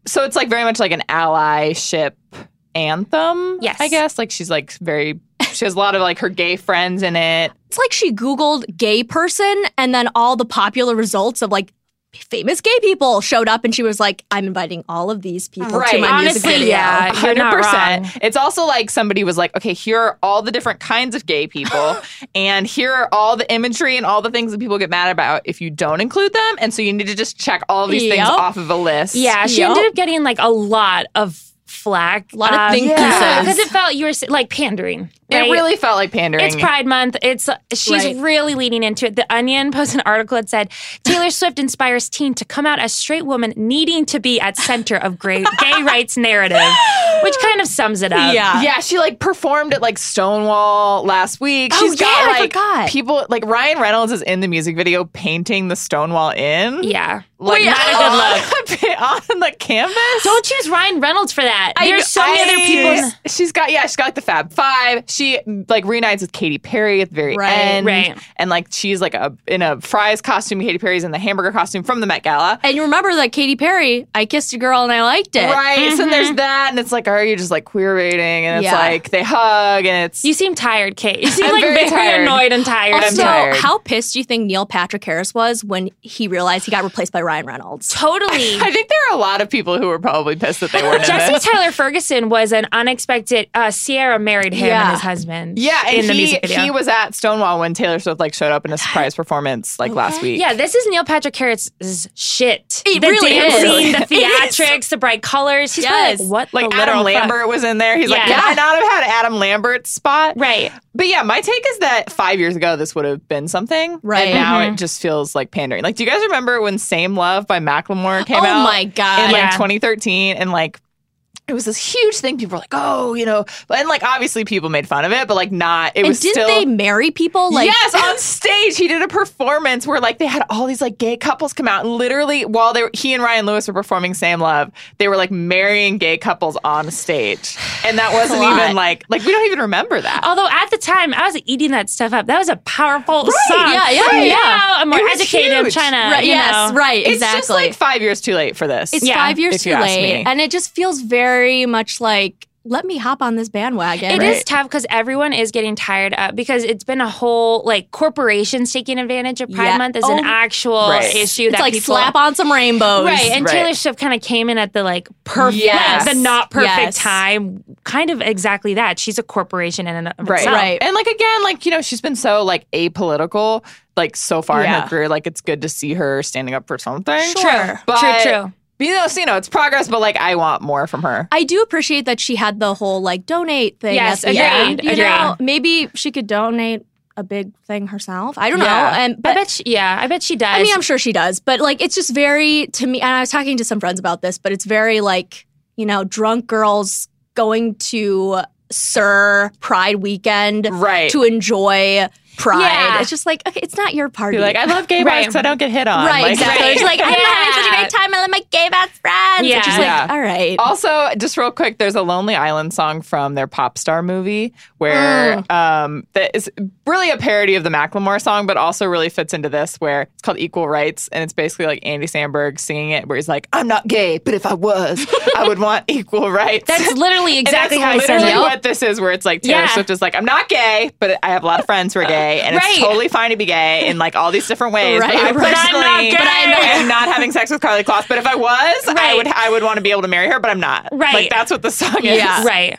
[SPEAKER 2] So it's like very much like an allyship anthem.
[SPEAKER 1] Yes.
[SPEAKER 2] I guess like she's like very. She has a lot of like her gay friends in it.
[SPEAKER 3] It's like she Googled gay person, and then all the popular results of like famous gay people showed up, and she was like, "I'm inviting all of these people to
[SPEAKER 2] Right.
[SPEAKER 3] my music
[SPEAKER 1] Honestly,
[SPEAKER 3] video."
[SPEAKER 1] yeah. Uh, you're
[SPEAKER 2] Hundred
[SPEAKER 1] not
[SPEAKER 2] percent.
[SPEAKER 1] wrong.
[SPEAKER 2] It's also like somebody was like, okay, here are all the different kinds of gay people, and here are all the imagery and all the things that people get mad about if you don't include them, and so you need to just check all of these things
[SPEAKER 3] Yep.
[SPEAKER 2] off of a list.
[SPEAKER 1] Yeah, she
[SPEAKER 3] Yup.
[SPEAKER 1] ended up getting like a lot of flack.
[SPEAKER 3] A lot of think
[SPEAKER 2] yeah.
[SPEAKER 3] pieces.
[SPEAKER 1] Because it felt you were like pandering.
[SPEAKER 2] it
[SPEAKER 1] right?
[SPEAKER 2] really felt like pandering.
[SPEAKER 1] It's Pride Month. It's she's
[SPEAKER 3] Right.
[SPEAKER 1] really leaning into it. The Onion posted an article that said Taylor Swift inspires teen to come out as straight woman, needing to be at center of gay, gay rights narrative, which kind of sums it up.
[SPEAKER 3] Yeah.
[SPEAKER 2] yeah, she like performed at like Stonewall last week.
[SPEAKER 3] Oh,
[SPEAKER 2] She's
[SPEAKER 3] yeah, I
[SPEAKER 2] got like
[SPEAKER 3] forgot.
[SPEAKER 2] people like Ryan Reynolds is in the music video painting the Stonewall in.
[SPEAKER 1] yeah.
[SPEAKER 2] Like
[SPEAKER 3] Wait,
[SPEAKER 2] not a good look on the canvas.
[SPEAKER 1] Don't choose Ryan Reynolds for that.
[SPEAKER 3] I
[SPEAKER 1] There's so
[SPEAKER 3] know-
[SPEAKER 1] many other people.
[SPEAKER 2] She's got yeah, she's got like the Fab Five. She like reunites with Katy Perry at the very
[SPEAKER 3] Right,
[SPEAKER 2] end,
[SPEAKER 1] right.
[SPEAKER 2] And like she's like a in a fries costume. Katy Perry's in the hamburger costume from the Met Gala.
[SPEAKER 3] And you remember that Katy Perry, "I Kissed a Girl and I Liked It."
[SPEAKER 2] Right, so
[SPEAKER 1] Mm-hmm.
[SPEAKER 2] then there's that, and it's like, are you just like queer baiting? And it's
[SPEAKER 3] Yeah.
[SPEAKER 2] like they hug, and it's
[SPEAKER 1] You seem tired, Kate. You seem
[SPEAKER 2] I'm
[SPEAKER 1] like
[SPEAKER 2] very
[SPEAKER 1] very,
[SPEAKER 2] tired.
[SPEAKER 1] annoyed and tired.
[SPEAKER 2] I'm
[SPEAKER 3] Also,
[SPEAKER 2] tired.
[SPEAKER 3] how pissed do you think Neil Patrick Harris was when he realized he got replaced by Ryan Reynolds?
[SPEAKER 1] totally.
[SPEAKER 2] I think there are a lot of people who were probably pissed that they weren't in
[SPEAKER 1] Jesse
[SPEAKER 2] this.
[SPEAKER 1] Tyler Ferguson was an unexpected. Uh, Sierra married him
[SPEAKER 3] Yeah.
[SPEAKER 1] and his husband.
[SPEAKER 2] Yeah, and
[SPEAKER 1] in
[SPEAKER 2] he,
[SPEAKER 1] the music video.
[SPEAKER 2] he was at Stonewall when Taylor Swift like showed up in a surprise performance like last week.
[SPEAKER 1] Yeah, this is Neil Patrick Harris's shit.
[SPEAKER 3] It
[SPEAKER 1] the
[SPEAKER 3] really is.
[SPEAKER 1] dancing,
[SPEAKER 2] It
[SPEAKER 1] the theatrics, the bright colors. He's probably
[SPEAKER 3] Yes.
[SPEAKER 1] like, what
[SPEAKER 2] Like
[SPEAKER 1] the
[SPEAKER 2] Adam
[SPEAKER 1] literal fuck?
[SPEAKER 2] Lambert was in there. He's like,
[SPEAKER 1] Yeah.
[SPEAKER 2] yeah, I not have had Adam Lambert's spot.
[SPEAKER 1] Right.
[SPEAKER 2] But yeah, my take is that five years ago this would have been something,
[SPEAKER 3] Right.
[SPEAKER 2] And now it just feels like pandering. Like, do you guys remember when "Same Love" by Macklemore came
[SPEAKER 3] oh
[SPEAKER 2] out?
[SPEAKER 3] my
[SPEAKER 2] In
[SPEAKER 3] god!
[SPEAKER 2] like
[SPEAKER 1] Yeah.
[SPEAKER 2] 2013, and like it was this huge thing. People were like, "Oh, you know," and like obviously people made fun of it, but like not. It
[SPEAKER 3] and
[SPEAKER 2] was
[SPEAKER 3] did
[SPEAKER 2] still.
[SPEAKER 3] they marry people? Like
[SPEAKER 2] yes, on stage he did a performance where like they had all these like gay couples come out, and literally while they were, he and Ryan Lewis were performing "Same Love," they were like marrying gay couples on stage, and that wasn't
[SPEAKER 3] lot. Oh,
[SPEAKER 2] even like like we don't even remember that.
[SPEAKER 1] Although at the time I was eating that stuff up. That was a powerful song.
[SPEAKER 3] yeah, yeah,
[SPEAKER 1] Now
[SPEAKER 3] yeah.
[SPEAKER 1] I'm more
[SPEAKER 2] It was
[SPEAKER 1] educated. I'm
[SPEAKER 2] huge.
[SPEAKER 1] trying to.
[SPEAKER 3] Right,
[SPEAKER 1] you
[SPEAKER 3] uh, yes,
[SPEAKER 1] know.
[SPEAKER 3] right,
[SPEAKER 2] It's
[SPEAKER 3] exactly.
[SPEAKER 2] just like five years too late for this.
[SPEAKER 3] It's
[SPEAKER 1] Yeah,
[SPEAKER 3] five years
[SPEAKER 2] if
[SPEAKER 3] too
[SPEAKER 2] you ask
[SPEAKER 3] late.
[SPEAKER 2] me.
[SPEAKER 3] And it just feels very much like, let me hop on this bandwagon.
[SPEAKER 1] It is
[SPEAKER 2] Right.
[SPEAKER 1] tough because everyone is getting tired up because it's been a whole like corporations taking advantage of Pride
[SPEAKER 3] Yeah.
[SPEAKER 1] Month is
[SPEAKER 3] Oh,
[SPEAKER 1] an actual
[SPEAKER 2] right.
[SPEAKER 1] issue
[SPEAKER 3] It's
[SPEAKER 1] that
[SPEAKER 3] like
[SPEAKER 1] people
[SPEAKER 3] slap on some rainbows.
[SPEAKER 1] Right, and
[SPEAKER 2] Right.
[SPEAKER 1] Taylor Swift kind of came in at the like perfect,
[SPEAKER 2] Yes.
[SPEAKER 1] the not perfect
[SPEAKER 3] Yes.
[SPEAKER 1] time, kind of exactly that. She's a corporation in and of
[SPEAKER 2] Right.
[SPEAKER 1] itself.
[SPEAKER 3] Right.
[SPEAKER 2] And like again, like, you know, she's been so like apolitical, like so far in
[SPEAKER 3] Yeah.
[SPEAKER 2] her career. Like it's good to see her standing up for something.
[SPEAKER 1] True,
[SPEAKER 2] But-
[SPEAKER 1] true, true.
[SPEAKER 2] But, you know, so, you know, it's progress, but like I want more from her.
[SPEAKER 3] I do appreciate that she had the whole like donate thing.
[SPEAKER 1] Yes,
[SPEAKER 3] at the end.
[SPEAKER 1] agreed,
[SPEAKER 3] You
[SPEAKER 1] agreed.
[SPEAKER 3] know, maybe she could donate a big thing herself. I don't know.
[SPEAKER 2] Yeah.
[SPEAKER 3] And
[SPEAKER 1] I
[SPEAKER 3] but
[SPEAKER 1] bet, she, yeah, I bet she does.
[SPEAKER 3] I mean, I'm sure she does, but like it's just very to me. And I was talking to some friends about this, but it's very like you know, drunk girls going to Sir Pride Weekend
[SPEAKER 2] Right.
[SPEAKER 3] to enjoy Pride.
[SPEAKER 1] Yeah.
[SPEAKER 3] It's just like okay, it's not your party.
[SPEAKER 2] Be like, I love gay bars
[SPEAKER 1] Right.
[SPEAKER 2] 'cause I don't get hit on.
[SPEAKER 3] right,
[SPEAKER 2] Like-
[SPEAKER 3] exactly.
[SPEAKER 1] Right.
[SPEAKER 3] She's like, I'm having such a
[SPEAKER 1] Yeah.
[SPEAKER 3] great time. I love my gay best friends.
[SPEAKER 1] Yeah.
[SPEAKER 3] Which is
[SPEAKER 2] Yeah.
[SPEAKER 3] like, all right.
[SPEAKER 2] Also, just real quick, there's a Lonely Island song from their pop star movie where um, that is really a parody of the Macklemore song, but also really fits into this where it's called Equal Rights, and it's basically like Andy Samberg singing it, where he's like, "I'm not gay, but if I was, I would want equal rights."
[SPEAKER 1] that's literally
[SPEAKER 2] And
[SPEAKER 1] exactly
[SPEAKER 2] that's
[SPEAKER 1] how I said
[SPEAKER 2] literally
[SPEAKER 1] it.
[SPEAKER 2] what this is, where it's like Taylor
[SPEAKER 1] Yeah.
[SPEAKER 2] Swift is like, I'm not gay, but I have a lot of friends who are gay, and
[SPEAKER 1] Right.
[SPEAKER 2] it's totally fine to be gay in like all these different ways.
[SPEAKER 3] Right,
[SPEAKER 2] but I
[SPEAKER 3] right. But
[SPEAKER 1] I'm not
[SPEAKER 2] personally
[SPEAKER 1] gay.
[SPEAKER 2] am not having sex with Carly Kloss, but if if I was, I
[SPEAKER 1] Right.
[SPEAKER 2] would I would want to be able to marry her, but I'm not. Like
[SPEAKER 1] Right.
[SPEAKER 2] that's what the song is.
[SPEAKER 3] Yeah.
[SPEAKER 1] Right.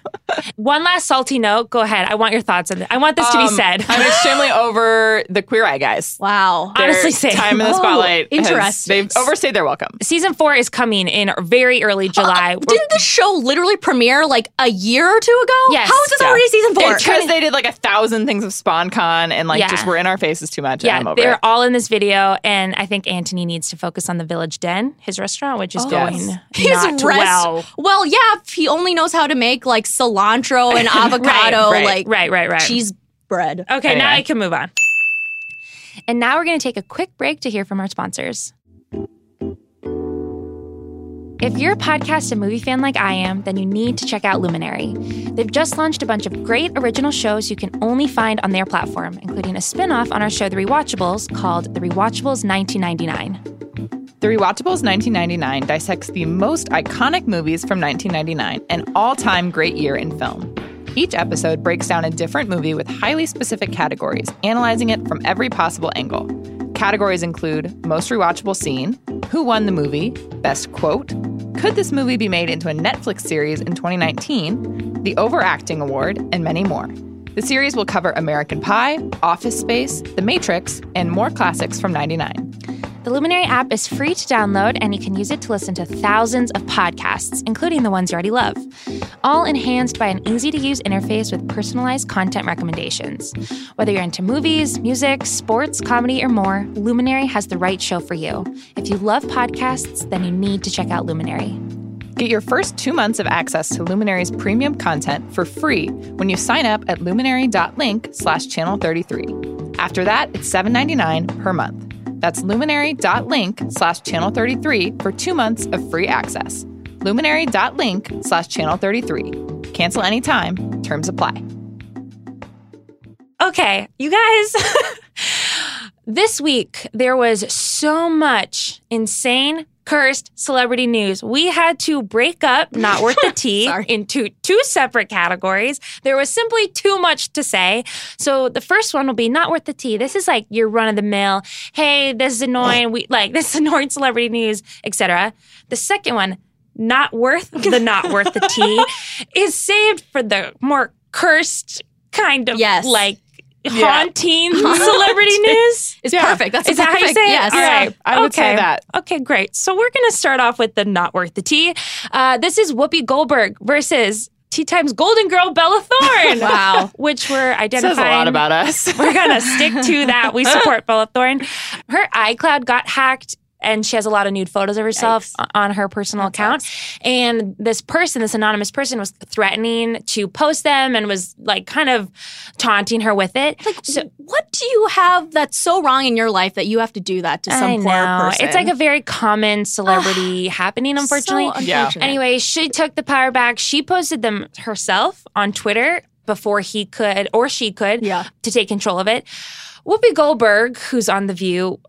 [SPEAKER 1] One last salty note. Go ahead. I want your thoughts on this. I want this to be
[SPEAKER 2] Um,
[SPEAKER 1] said.
[SPEAKER 2] I'm extremely over the queer eye guys.
[SPEAKER 3] Wow.
[SPEAKER 1] I-
[SPEAKER 2] Their
[SPEAKER 1] Honestly, same.
[SPEAKER 2] time in the
[SPEAKER 3] Oh,
[SPEAKER 2] spotlight. has-
[SPEAKER 3] interesting.
[SPEAKER 2] they've overstayed their welcome.
[SPEAKER 1] Season four is coming in very early July. We're-
[SPEAKER 3] Didn't the show literally premiere like a year or two ago?
[SPEAKER 1] Yes.
[SPEAKER 3] How is this
[SPEAKER 1] Yeah.
[SPEAKER 3] already season four?
[SPEAKER 2] It's because they did like a thousand things of SpawnCon and like
[SPEAKER 1] Yeah.
[SPEAKER 2] just were in our faces too much. and I'm
[SPEAKER 1] yeah,
[SPEAKER 2] over
[SPEAKER 1] they're
[SPEAKER 2] it.
[SPEAKER 1] all in this video, and I think Anthony needs to focus on the Village Den, his restaurant, which is going
[SPEAKER 2] Oh. Yes.
[SPEAKER 3] His
[SPEAKER 1] not
[SPEAKER 3] rest-
[SPEAKER 1] well.
[SPEAKER 3] Well, yeah, if he only knows how to make like cilantro and avocado,
[SPEAKER 2] right,
[SPEAKER 3] like
[SPEAKER 1] Right, Oh, right, right.
[SPEAKER 3] cheese bread.
[SPEAKER 1] Okay, now
[SPEAKER 2] Anyway.
[SPEAKER 1] I can move on. And now we're going to take a quick break to hear from our sponsors. If you're a podcast and movie fan like I am, then you need to check out Luminary. They've just launched a bunch of great original shows you can only find on their platform, including a spin off on our show, The Rewatchables, called The Rewatchables 1999.
[SPEAKER 2] The Rewatchables 1999 dissects the most iconic movies from 1999, an all time great year in film. Each episode breaks down a different movie with highly specific categories, analyzing it from every possible angle. Categories include most rewatchable scene, who won the movie, best quote, could this movie be made into a Netflix series in 2019, the overacting award, and many more. The series will cover American Pie, Office Space, The Matrix, and more classics from 99.
[SPEAKER 1] The Luminary app is free to download, and you can use it to listen to thousands of podcasts, including the ones you already love, all enhanced by an easy to use interface with personalized content recommendations. Whether you're into movies, music, sports, comedy, or more, Luminary has the right show for you. If you love podcasts, then you need to check out Luminary.
[SPEAKER 2] Get your first two months of access to Luminary's premium content for free when you sign up at luminary.link slash channel 33. After that, it's $7.99 per month. That's luminary.link slash channel 33 for two months of free access. Luminary.link slash channel 33. Cancel anytime. Terms apply.
[SPEAKER 1] Okay, you guys. this week, there was so much insane, cursed celebrity news. We had to break up Not Worth the Tea
[SPEAKER 3] Sorry.
[SPEAKER 1] into two separate categories. There was simply too much to say. So the first one will be Not Worth the Tea. This is like your run of the mill. Hey, this is annoying. We like this is annoying celebrity news, etc. The second one, Not Worth the Not Worth the Tea, is saved for the more cursed kind of
[SPEAKER 3] Yes.
[SPEAKER 1] like
[SPEAKER 2] Yeah.
[SPEAKER 1] haunting celebrity news.
[SPEAKER 3] It's
[SPEAKER 2] Yeah.
[SPEAKER 3] perfect. That's
[SPEAKER 1] Is
[SPEAKER 3] a
[SPEAKER 1] that how you
[SPEAKER 3] perfect.
[SPEAKER 1] say it?
[SPEAKER 3] Yes.
[SPEAKER 1] All right.
[SPEAKER 2] I would say
[SPEAKER 1] Okay.
[SPEAKER 2] that.
[SPEAKER 1] Okay, great. So we're going to start off with the not worth the tea. Uh, this is Whoopi Goldberg versus Tea Time's Golden Girl Bella Thorne.
[SPEAKER 3] Wow.
[SPEAKER 1] Which we're identifying.
[SPEAKER 2] Says a lot about us.
[SPEAKER 1] We're going to stick to that. We support Bella Thorne. Her iCloud got hacked. And she has a lot of nude photos of herself
[SPEAKER 3] Yikes.
[SPEAKER 1] on her personal account. And this person, this anonymous person, was threatening to post them and was like kind of taunting her with it.
[SPEAKER 3] Like, what do you have that's so wrong in your life that you have to do that to some
[SPEAKER 1] I
[SPEAKER 3] poor
[SPEAKER 1] know.
[SPEAKER 3] person?
[SPEAKER 1] It's like a very common celebrity happening, unfortunately.
[SPEAKER 3] So
[SPEAKER 2] Yeah.
[SPEAKER 3] unfortunate.
[SPEAKER 1] Anyway, she took the power back. She posted them herself on Twitter before he could or she could
[SPEAKER 3] Yeah.
[SPEAKER 1] to take control of it. Whoopi Goldberg, who's on The View,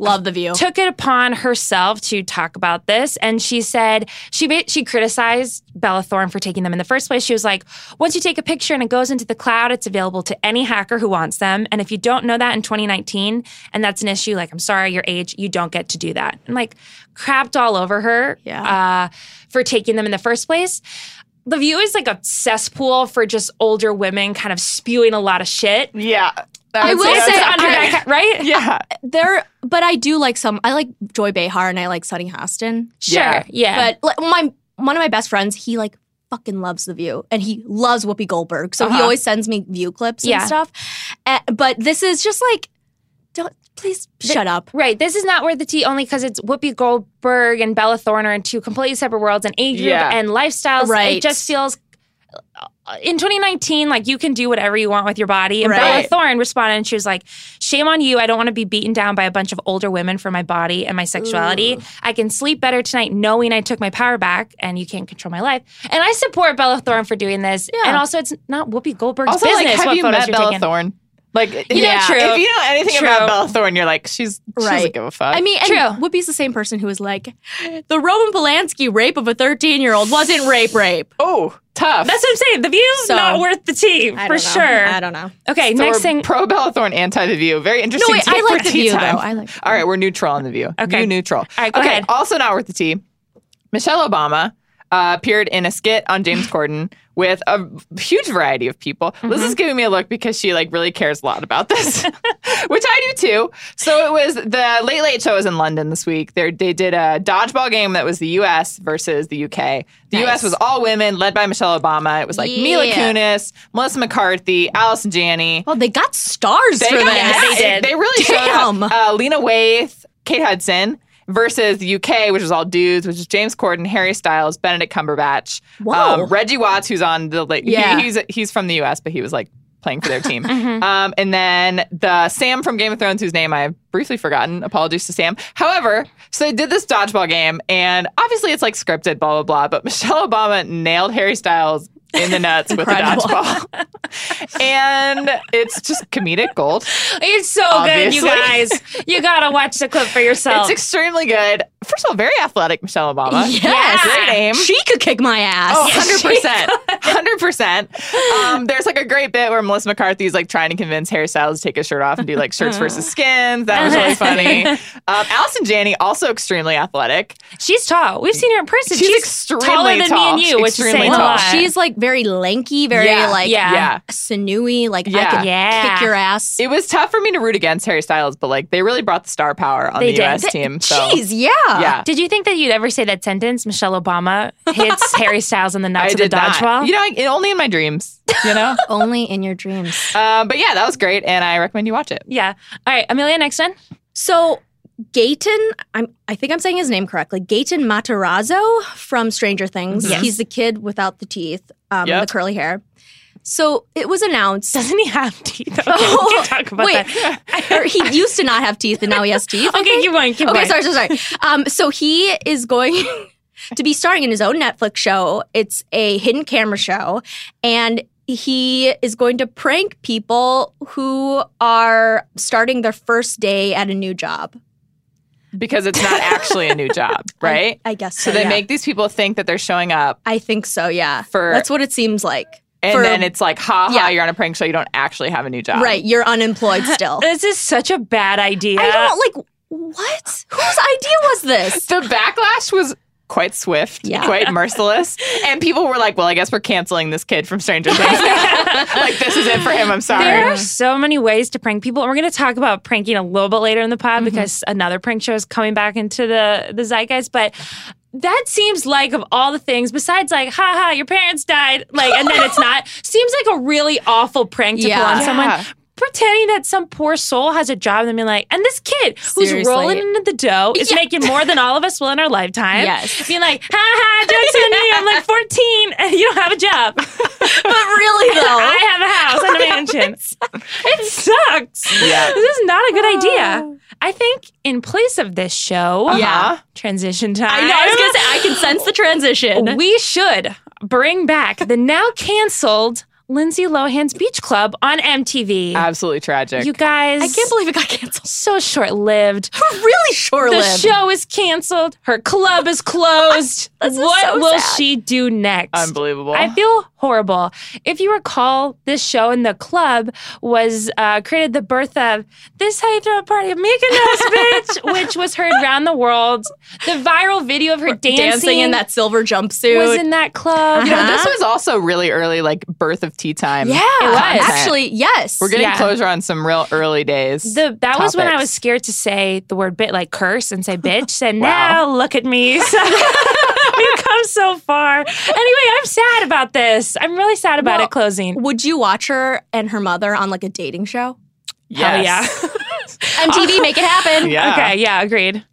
[SPEAKER 3] love the view.
[SPEAKER 1] took it upon herself to talk about this, and she said she ba- she criticized Bella Thorne for taking them in the first place. She was like, "Once you take a picture and it goes into the cloud, it's available to any hacker who wants them. And if you don't know that in 2019, and that's an issue, like I'm sorry, your age, you don't get to do that." And like crapped all over her
[SPEAKER 3] Yeah.
[SPEAKER 1] uh, for taking them in the first place. The View is like a cesspool for just older women kind of spewing a lot of shit.
[SPEAKER 2] yeah.
[SPEAKER 3] I would
[SPEAKER 1] Like,
[SPEAKER 3] say-
[SPEAKER 1] it's under
[SPEAKER 3] I-
[SPEAKER 1] that ca- right?
[SPEAKER 2] Yeah.
[SPEAKER 3] There, but I do like some. I like Joy Behar and I like Sonny Hostin.
[SPEAKER 1] Sure.
[SPEAKER 2] Yeah.
[SPEAKER 1] Yeah.
[SPEAKER 3] But like, my one of my best friends, he like fucking loves The View, and he loves Whoopi Goldberg. So he
[SPEAKER 2] Uh-huh.
[SPEAKER 3] always sends me View clips
[SPEAKER 1] Yeah.
[SPEAKER 3] and stuff. Uh, but this is just like, don't please shut up.
[SPEAKER 1] Right. This is not worth the tea only because it's Whoopi Goldberg and Bella Thorne are in two completely separate worlds and age group
[SPEAKER 2] Yeah.
[SPEAKER 1] and lifestyles.
[SPEAKER 3] Right.
[SPEAKER 1] It just feels uh, in 2019, like you can do whatever you want with your body. And Bella
[SPEAKER 2] Right.
[SPEAKER 1] Thorne responded and she was like, Shame on you. I don't want to be beaten down by a bunch of older women for my body and my sexuality. I can sleep better tonight knowing I took my power back and you can't control my life. And I support Bella Thorne for doing this.
[SPEAKER 3] Yeah.
[SPEAKER 1] And also, it's not Whoopi Goldberg's
[SPEAKER 2] Also,
[SPEAKER 1] business
[SPEAKER 2] like, have
[SPEAKER 1] what
[SPEAKER 2] you
[SPEAKER 1] photos
[SPEAKER 2] met
[SPEAKER 1] you're
[SPEAKER 2] Bella
[SPEAKER 1] taking.
[SPEAKER 2] Thorne? Like, you
[SPEAKER 1] know, true.
[SPEAKER 2] If you know anything
[SPEAKER 1] True.
[SPEAKER 2] about Bella Thorne, you're like, she's she doesn't
[SPEAKER 3] Right.
[SPEAKER 2] give a fuck.
[SPEAKER 3] I mean,
[SPEAKER 1] True.
[SPEAKER 3] and Whoopi's the same person who was like, the Roman Polanski rape of a 13 year old wasn't rape rape.
[SPEAKER 2] oh, tough.
[SPEAKER 1] That's what I'm saying. The view's
[SPEAKER 3] So,
[SPEAKER 1] not worth the tea
[SPEAKER 3] I
[SPEAKER 1] for
[SPEAKER 3] don't know.
[SPEAKER 1] sure.
[SPEAKER 3] I don't know.
[SPEAKER 1] Okay,
[SPEAKER 2] So
[SPEAKER 1] next
[SPEAKER 2] we're
[SPEAKER 1] thing.
[SPEAKER 2] pro Bella Thorne, anti the View. Very
[SPEAKER 3] No,
[SPEAKER 2] interesting.
[SPEAKER 3] wait,
[SPEAKER 2] take
[SPEAKER 3] I
[SPEAKER 2] for
[SPEAKER 3] like the
[SPEAKER 2] tea
[SPEAKER 3] view
[SPEAKER 2] time.
[SPEAKER 3] though. I like.
[SPEAKER 2] All right, we're neutral on the View.
[SPEAKER 1] Okay.
[SPEAKER 2] View neutral.
[SPEAKER 1] All right, go
[SPEAKER 2] okay,
[SPEAKER 1] ahead.
[SPEAKER 2] also not worth the tea. Michelle Obama uh, appeared in a skit on James Corden with a huge variety of people. Liz
[SPEAKER 3] Mm-hmm.
[SPEAKER 2] is giving me a look because she like really cares a lot about this, which I do too. So it was the Late Late Show was in London this week. They they did a dodgeball game that was the U.S. versus the U.K. The U.S.
[SPEAKER 3] Nice.
[SPEAKER 2] was all women, led by Michelle Obama. It was like Mila
[SPEAKER 3] Yeah.
[SPEAKER 2] Kunis, Melissa McCarthy, Allison Janney.
[SPEAKER 3] Well, they got stars
[SPEAKER 2] They
[SPEAKER 3] for
[SPEAKER 2] got-
[SPEAKER 3] that.
[SPEAKER 1] yes. They did.
[SPEAKER 2] They really
[SPEAKER 3] Damn.
[SPEAKER 2] showed up. Uh, Lena Waithe, Kate Hudson versus the UK, which is all dudes, which is James Corden, Harry Styles, Benedict Cumberbatch, um,
[SPEAKER 3] Whoa.
[SPEAKER 2] Reggie Watts, who's on the like,
[SPEAKER 3] Yeah.
[SPEAKER 2] he, he's he's from the US, but he was like playing for their team.
[SPEAKER 3] Mm-hmm.
[SPEAKER 2] um, and then the Sam from Game of Thrones, whose name I've briefly forgotten. Apologies to Sam. However, so they did this dodgeball game, and obviously it's like scripted, blah blah blah. But Michelle Obama nailed Harry Styles. In the nuts with the
[SPEAKER 3] Incredible.
[SPEAKER 2] dodgeball. and it's just comedic gold.
[SPEAKER 1] It's so
[SPEAKER 2] Obviously.
[SPEAKER 1] good, you guys. You gotta watch the clip for yourself.
[SPEAKER 2] It's extremely good. First of all, very athletic, Michelle Obama.
[SPEAKER 3] Oh. Yes.
[SPEAKER 2] Great aim.
[SPEAKER 3] She could kick my ass.
[SPEAKER 2] Oh, 100%. 100%. Um, there's like a great bit where Melissa McCarthy's like trying to convince Harry Styles to take his shirt off and do like
[SPEAKER 1] Uh-huh.
[SPEAKER 2] shirts versus skins. That was really funny. Um, Allison Janney, also extremely athletic.
[SPEAKER 1] she's tall. We've seen her in person.
[SPEAKER 2] She's
[SPEAKER 1] She's,
[SPEAKER 2] extremely
[SPEAKER 1] taller than
[SPEAKER 2] tall.
[SPEAKER 1] me and
[SPEAKER 2] She's
[SPEAKER 1] you, which is
[SPEAKER 2] extremely
[SPEAKER 1] saying a
[SPEAKER 2] tall.
[SPEAKER 3] Well,
[SPEAKER 1] lot.
[SPEAKER 3] she's like very lanky, very
[SPEAKER 2] Yeah,
[SPEAKER 3] like
[SPEAKER 1] yeah.
[SPEAKER 2] yeah.
[SPEAKER 3] sinewy. Like I
[SPEAKER 2] Yeah.
[SPEAKER 3] could
[SPEAKER 1] Yeah.
[SPEAKER 3] kick your ass.
[SPEAKER 2] It was tough for me to root against Harry Styles, but like they really brought the star power on
[SPEAKER 1] They
[SPEAKER 2] the
[SPEAKER 1] did.
[SPEAKER 2] US
[SPEAKER 1] Th-
[SPEAKER 2] team. So,
[SPEAKER 3] Jeez, yeah.
[SPEAKER 2] yeah.
[SPEAKER 1] Did you think that you'd ever say that sentence? Michelle Obama hits Harry Styles in the
[SPEAKER 2] I
[SPEAKER 1] nuts with
[SPEAKER 2] did
[SPEAKER 1] a
[SPEAKER 2] not.
[SPEAKER 1] dodgeball.
[SPEAKER 2] You know, I, only in my dreams, you know?
[SPEAKER 3] Only in your dreams.
[SPEAKER 2] uh, but yeah, that was great. And I recommend you watch it.
[SPEAKER 1] yeah. All right, Amelia. Next one.
[SPEAKER 3] So Gayton, I'm I think I'm saying his name correctly. Gayton Matarazzo from Stranger Things.
[SPEAKER 1] Yes.
[SPEAKER 3] He's the kid without the teeth, um, and
[SPEAKER 2] Yep.
[SPEAKER 3] the curly hair. So it was announced.
[SPEAKER 1] Doesn't he have teeth? Okay, we can talk about
[SPEAKER 3] Wait,
[SPEAKER 1] that.
[SPEAKER 3] or he used to not have teeth, and now he has teeth. I
[SPEAKER 1] Okay,
[SPEAKER 3] think.
[SPEAKER 1] keep going. Keep
[SPEAKER 3] Okay,
[SPEAKER 1] going.
[SPEAKER 3] sorry, sorry, sorry. Um, so he is going to be starring in his own Netflix show. It's a hidden camera show, and he is going to prank people who are starting their first day at a new job.
[SPEAKER 2] because it's not actually a new job, right?
[SPEAKER 3] I guess so.
[SPEAKER 2] so they
[SPEAKER 3] yeah.
[SPEAKER 2] make these people think that they're showing up,
[SPEAKER 3] I think so. Yeah,
[SPEAKER 2] For-
[SPEAKER 3] that's what it seems like.
[SPEAKER 2] and
[SPEAKER 3] For-
[SPEAKER 2] then it's like, ha ha,
[SPEAKER 3] Yeah.
[SPEAKER 2] you're on a prank show. You don't actually have a new job,
[SPEAKER 3] right, you're unemployed still.
[SPEAKER 1] This is such a bad idea.
[SPEAKER 3] I don't like what. Whose idea was this?
[SPEAKER 2] The backlash was quite swift,
[SPEAKER 3] Yeah.
[SPEAKER 2] quite merciless, and people were like, "Well, I guess we're canceling this kid from Stranger Things. like, this is it for him.
[SPEAKER 1] There
[SPEAKER 2] I'm sorry."
[SPEAKER 1] are so many ways to prank people, and we're going to talk about pranking a little bit later in the
[SPEAKER 2] Mm-hmm.
[SPEAKER 1] pod because another prank show is coming back into the the zeitgeist. But that seems like of all the things, besides like, ha ha, your parents died, like, and then it's not. Seems like a really awful prank to pull
[SPEAKER 3] Yeah.
[SPEAKER 1] on
[SPEAKER 2] Yeah.
[SPEAKER 1] someone. Pretending that some poor soul has a job and then being like, and this kid who's
[SPEAKER 3] Seriously.
[SPEAKER 1] rolling into the dough is making more than all of us will in our lifetime.
[SPEAKER 3] Yes.
[SPEAKER 1] Being like, ha ha, jokes on me. I'm like 14 and you don't have a job.
[SPEAKER 3] But really though,
[SPEAKER 1] I have a house and a mansion. It sucks.
[SPEAKER 2] Yeah.
[SPEAKER 1] This is not a
[SPEAKER 3] Oh.
[SPEAKER 1] good idea. I think in place of this show,
[SPEAKER 2] Yeah.
[SPEAKER 1] transition time.
[SPEAKER 3] Uh-huh. I know. I was gonna say I can sense the transition.
[SPEAKER 1] we should bring back the now canceled Lindsay Lohan's Beach Club on MTV.
[SPEAKER 2] Absolutely tragic.
[SPEAKER 1] you guys,
[SPEAKER 3] I can't believe it got canceled.
[SPEAKER 1] so short-lived.
[SPEAKER 3] really short
[SPEAKER 1] The
[SPEAKER 3] lived.
[SPEAKER 1] show is canceled. Her club is closed.
[SPEAKER 3] This is
[SPEAKER 1] what
[SPEAKER 3] so
[SPEAKER 1] will
[SPEAKER 3] sad.
[SPEAKER 1] she do next?
[SPEAKER 2] Unbelievable.
[SPEAKER 1] I feel horrible. If you recall, this show in the club was uh, created the birth of this how you throw a party at Mykonos, bitch, which was heard around the world. The viral video of her dancing,
[SPEAKER 3] dancing in that Uh-huh. silver jumpsuit.
[SPEAKER 1] was in that club.
[SPEAKER 2] you know, this was also really early, like birth of tea time.
[SPEAKER 3] yeah,
[SPEAKER 1] It was.
[SPEAKER 3] actually yes.
[SPEAKER 2] we're getting
[SPEAKER 1] Yeah.
[SPEAKER 2] closure on some real early days.
[SPEAKER 3] oh,
[SPEAKER 1] The, that was when I
[SPEAKER 2] Topics.
[SPEAKER 1] was scared to say the word bit like curse and say bitch. And
[SPEAKER 2] Wow.
[SPEAKER 1] now look at me. So we've come so far. Anyway, I'm sad about this. I'm really sad about
[SPEAKER 3] Well,
[SPEAKER 1] it closing.
[SPEAKER 3] Would you watch her and her mother on like a dating show?
[SPEAKER 1] Hell
[SPEAKER 2] Yes.
[SPEAKER 1] yeah.
[SPEAKER 3] MTV, make it happen.
[SPEAKER 2] yeah.
[SPEAKER 1] Okay, yeah, agreed.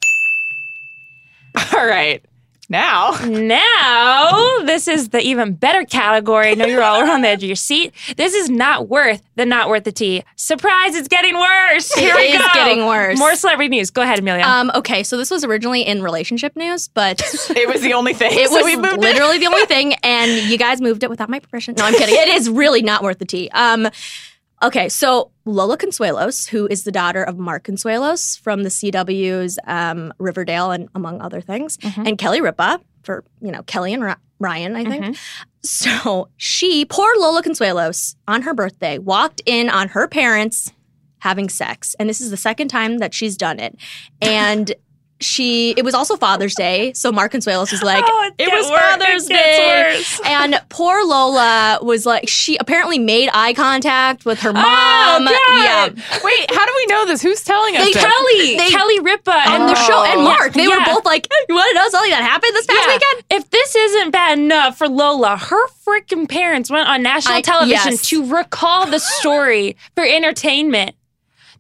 [SPEAKER 2] All right. Now.
[SPEAKER 1] Now, this is the even better category. I know you're all on the edge of your seat. This is not worth the not worth the tea. Surprise, it's getting worse. Here we
[SPEAKER 3] is
[SPEAKER 1] go.
[SPEAKER 3] getting worse.
[SPEAKER 1] More celebrity news. Go ahead, Amelia.
[SPEAKER 3] Um, okay, so this was originally in relationship news, but
[SPEAKER 2] It was the only thing.
[SPEAKER 3] it
[SPEAKER 2] so
[SPEAKER 3] was
[SPEAKER 2] we moved it.
[SPEAKER 3] literally the only thing, and you guys moved it without my permission. No, I'm kidding. It is really not worth the tea. Um, Okay, so Lola Consuelos, who is the daughter of Mark Consuelos from the CW's um, Riverdale and among other things,
[SPEAKER 2] Mm-hmm.
[SPEAKER 1] Mhm.
[SPEAKER 3] and Kelly Ripa for, you know, Kelly and Ri- Ryan, I think.
[SPEAKER 2] Mm-hmm.
[SPEAKER 3] So she, poor Lola Consuelos, on her birthday, walked in on her parents having sex. And this is the second time that she's done it. And she, it was also Father's Day. So Mark Consuelos was like,
[SPEAKER 1] oh,
[SPEAKER 3] it
[SPEAKER 1] gets
[SPEAKER 3] was
[SPEAKER 1] worse.
[SPEAKER 3] Father's
[SPEAKER 1] it gets
[SPEAKER 3] Day.
[SPEAKER 1] worse.
[SPEAKER 3] and poor Lola was like, she apparently made eye contact with her mom.
[SPEAKER 1] oh,
[SPEAKER 3] yeah.
[SPEAKER 1] God.
[SPEAKER 2] Wait, how do we know this? Who's telling us
[SPEAKER 3] They
[SPEAKER 2] this?
[SPEAKER 1] Kelly,
[SPEAKER 3] They-
[SPEAKER 1] Kelly Ripa,
[SPEAKER 3] And the
[SPEAKER 1] Oh.
[SPEAKER 3] show and Mark, they were both like, "You want to know something that happened this past
[SPEAKER 1] Yeah.
[SPEAKER 3] weekend?"
[SPEAKER 1] If this isn't bad enough for Lola, her freaking parents went on national
[SPEAKER 3] I-
[SPEAKER 1] television
[SPEAKER 3] yes.
[SPEAKER 1] to recall the story for entertainment.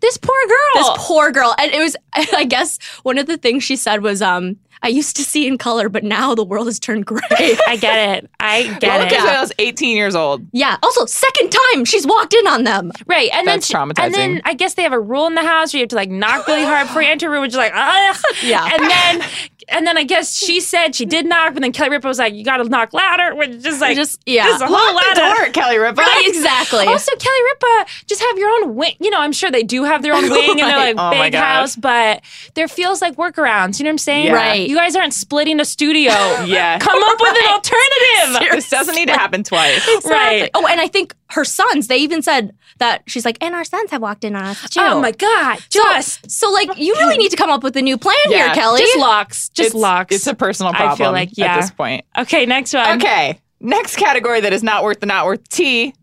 [SPEAKER 1] This poor
[SPEAKER 3] This
[SPEAKER 1] girl.
[SPEAKER 3] poor girl, and it was, I guess, one of the things she said was, um, "I used to see in color, but now the world has turned gray."
[SPEAKER 1] I get it. I get
[SPEAKER 2] Lola
[SPEAKER 1] it.
[SPEAKER 2] Consuelos, 18 years old.
[SPEAKER 3] yeah. Also, second time she's walked in on them.
[SPEAKER 1] Right. And
[SPEAKER 2] That's
[SPEAKER 1] then she- And then
[SPEAKER 2] traumatizing.
[SPEAKER 1] I guess they have a rule in the house where you have to like knock really hard before you enter a room, which is like, ah.
[SPEAKER 3] Yeah.
[SPEAKER 1] And then and then I guess she said she did knock, but then Kelly Ripa was like, You gotta knock louder, which is just like
[SPEAKER 3] Just yeah.
[SPEAKER 1] this is a whole
[SPEAKER 2] Lock
[SPEAKER 1] lot
[SPEAKER 2] the
[SPEAKER 1] of
[SPEAKER 2] door, Kelly Ripa.
[SPEAKER 3] Right, exactly.
[SPEAKER 1] Also, Kelly Ripa, just have your own wing. You know, I'm sure they do have their own wing and they're
[SPEAKER 2] Right.
[SPEAKER 1] like
[SPEAKER 2] Oh my
[SPEAKER 1] big
[SPEAKER 2] God.
[SPEAKER 1] house, but there feels like workarounds. You know what I'm saying?
[SPEAKER 2] Yeah.
[SPEAKER 3] Right.
[SPEAKER 1] You guys aren't splitting a studio.
[SPEAKER 2] Yeah.
[SPEAKER 1] Come up with an alternative.
[SPEAKER 2] This doesn't need to happen twice.
[SPEAKER 1] Right.
[SPEAKER 3] Exactly. Oh, and I think her sons, they even said that she's like, and our sons have walked in on us too.
[SPEAKER 1] Oh my God. Just,
[SPEAKER 3] So, like, you really need to come up with a new plan here,
[SPEAKER 2] Yeah.
[SPEAKER 3] Kelly.
[SPEAKER 1] just locks. Just
[SPEAKER 2] it's,
[SPEAKER 1] locks.
[SPEAKER 2] It's a personal
[SPEAKER 1] I feel
[SPEAKER 2] problem
[SPEAKER 1] like, yeah. Um,
[SPEAKER 2] at this point.
[SPEAKER 1] okay, next one.
[SPEAKER 2] Okay. Next category that is not worth the not worth T.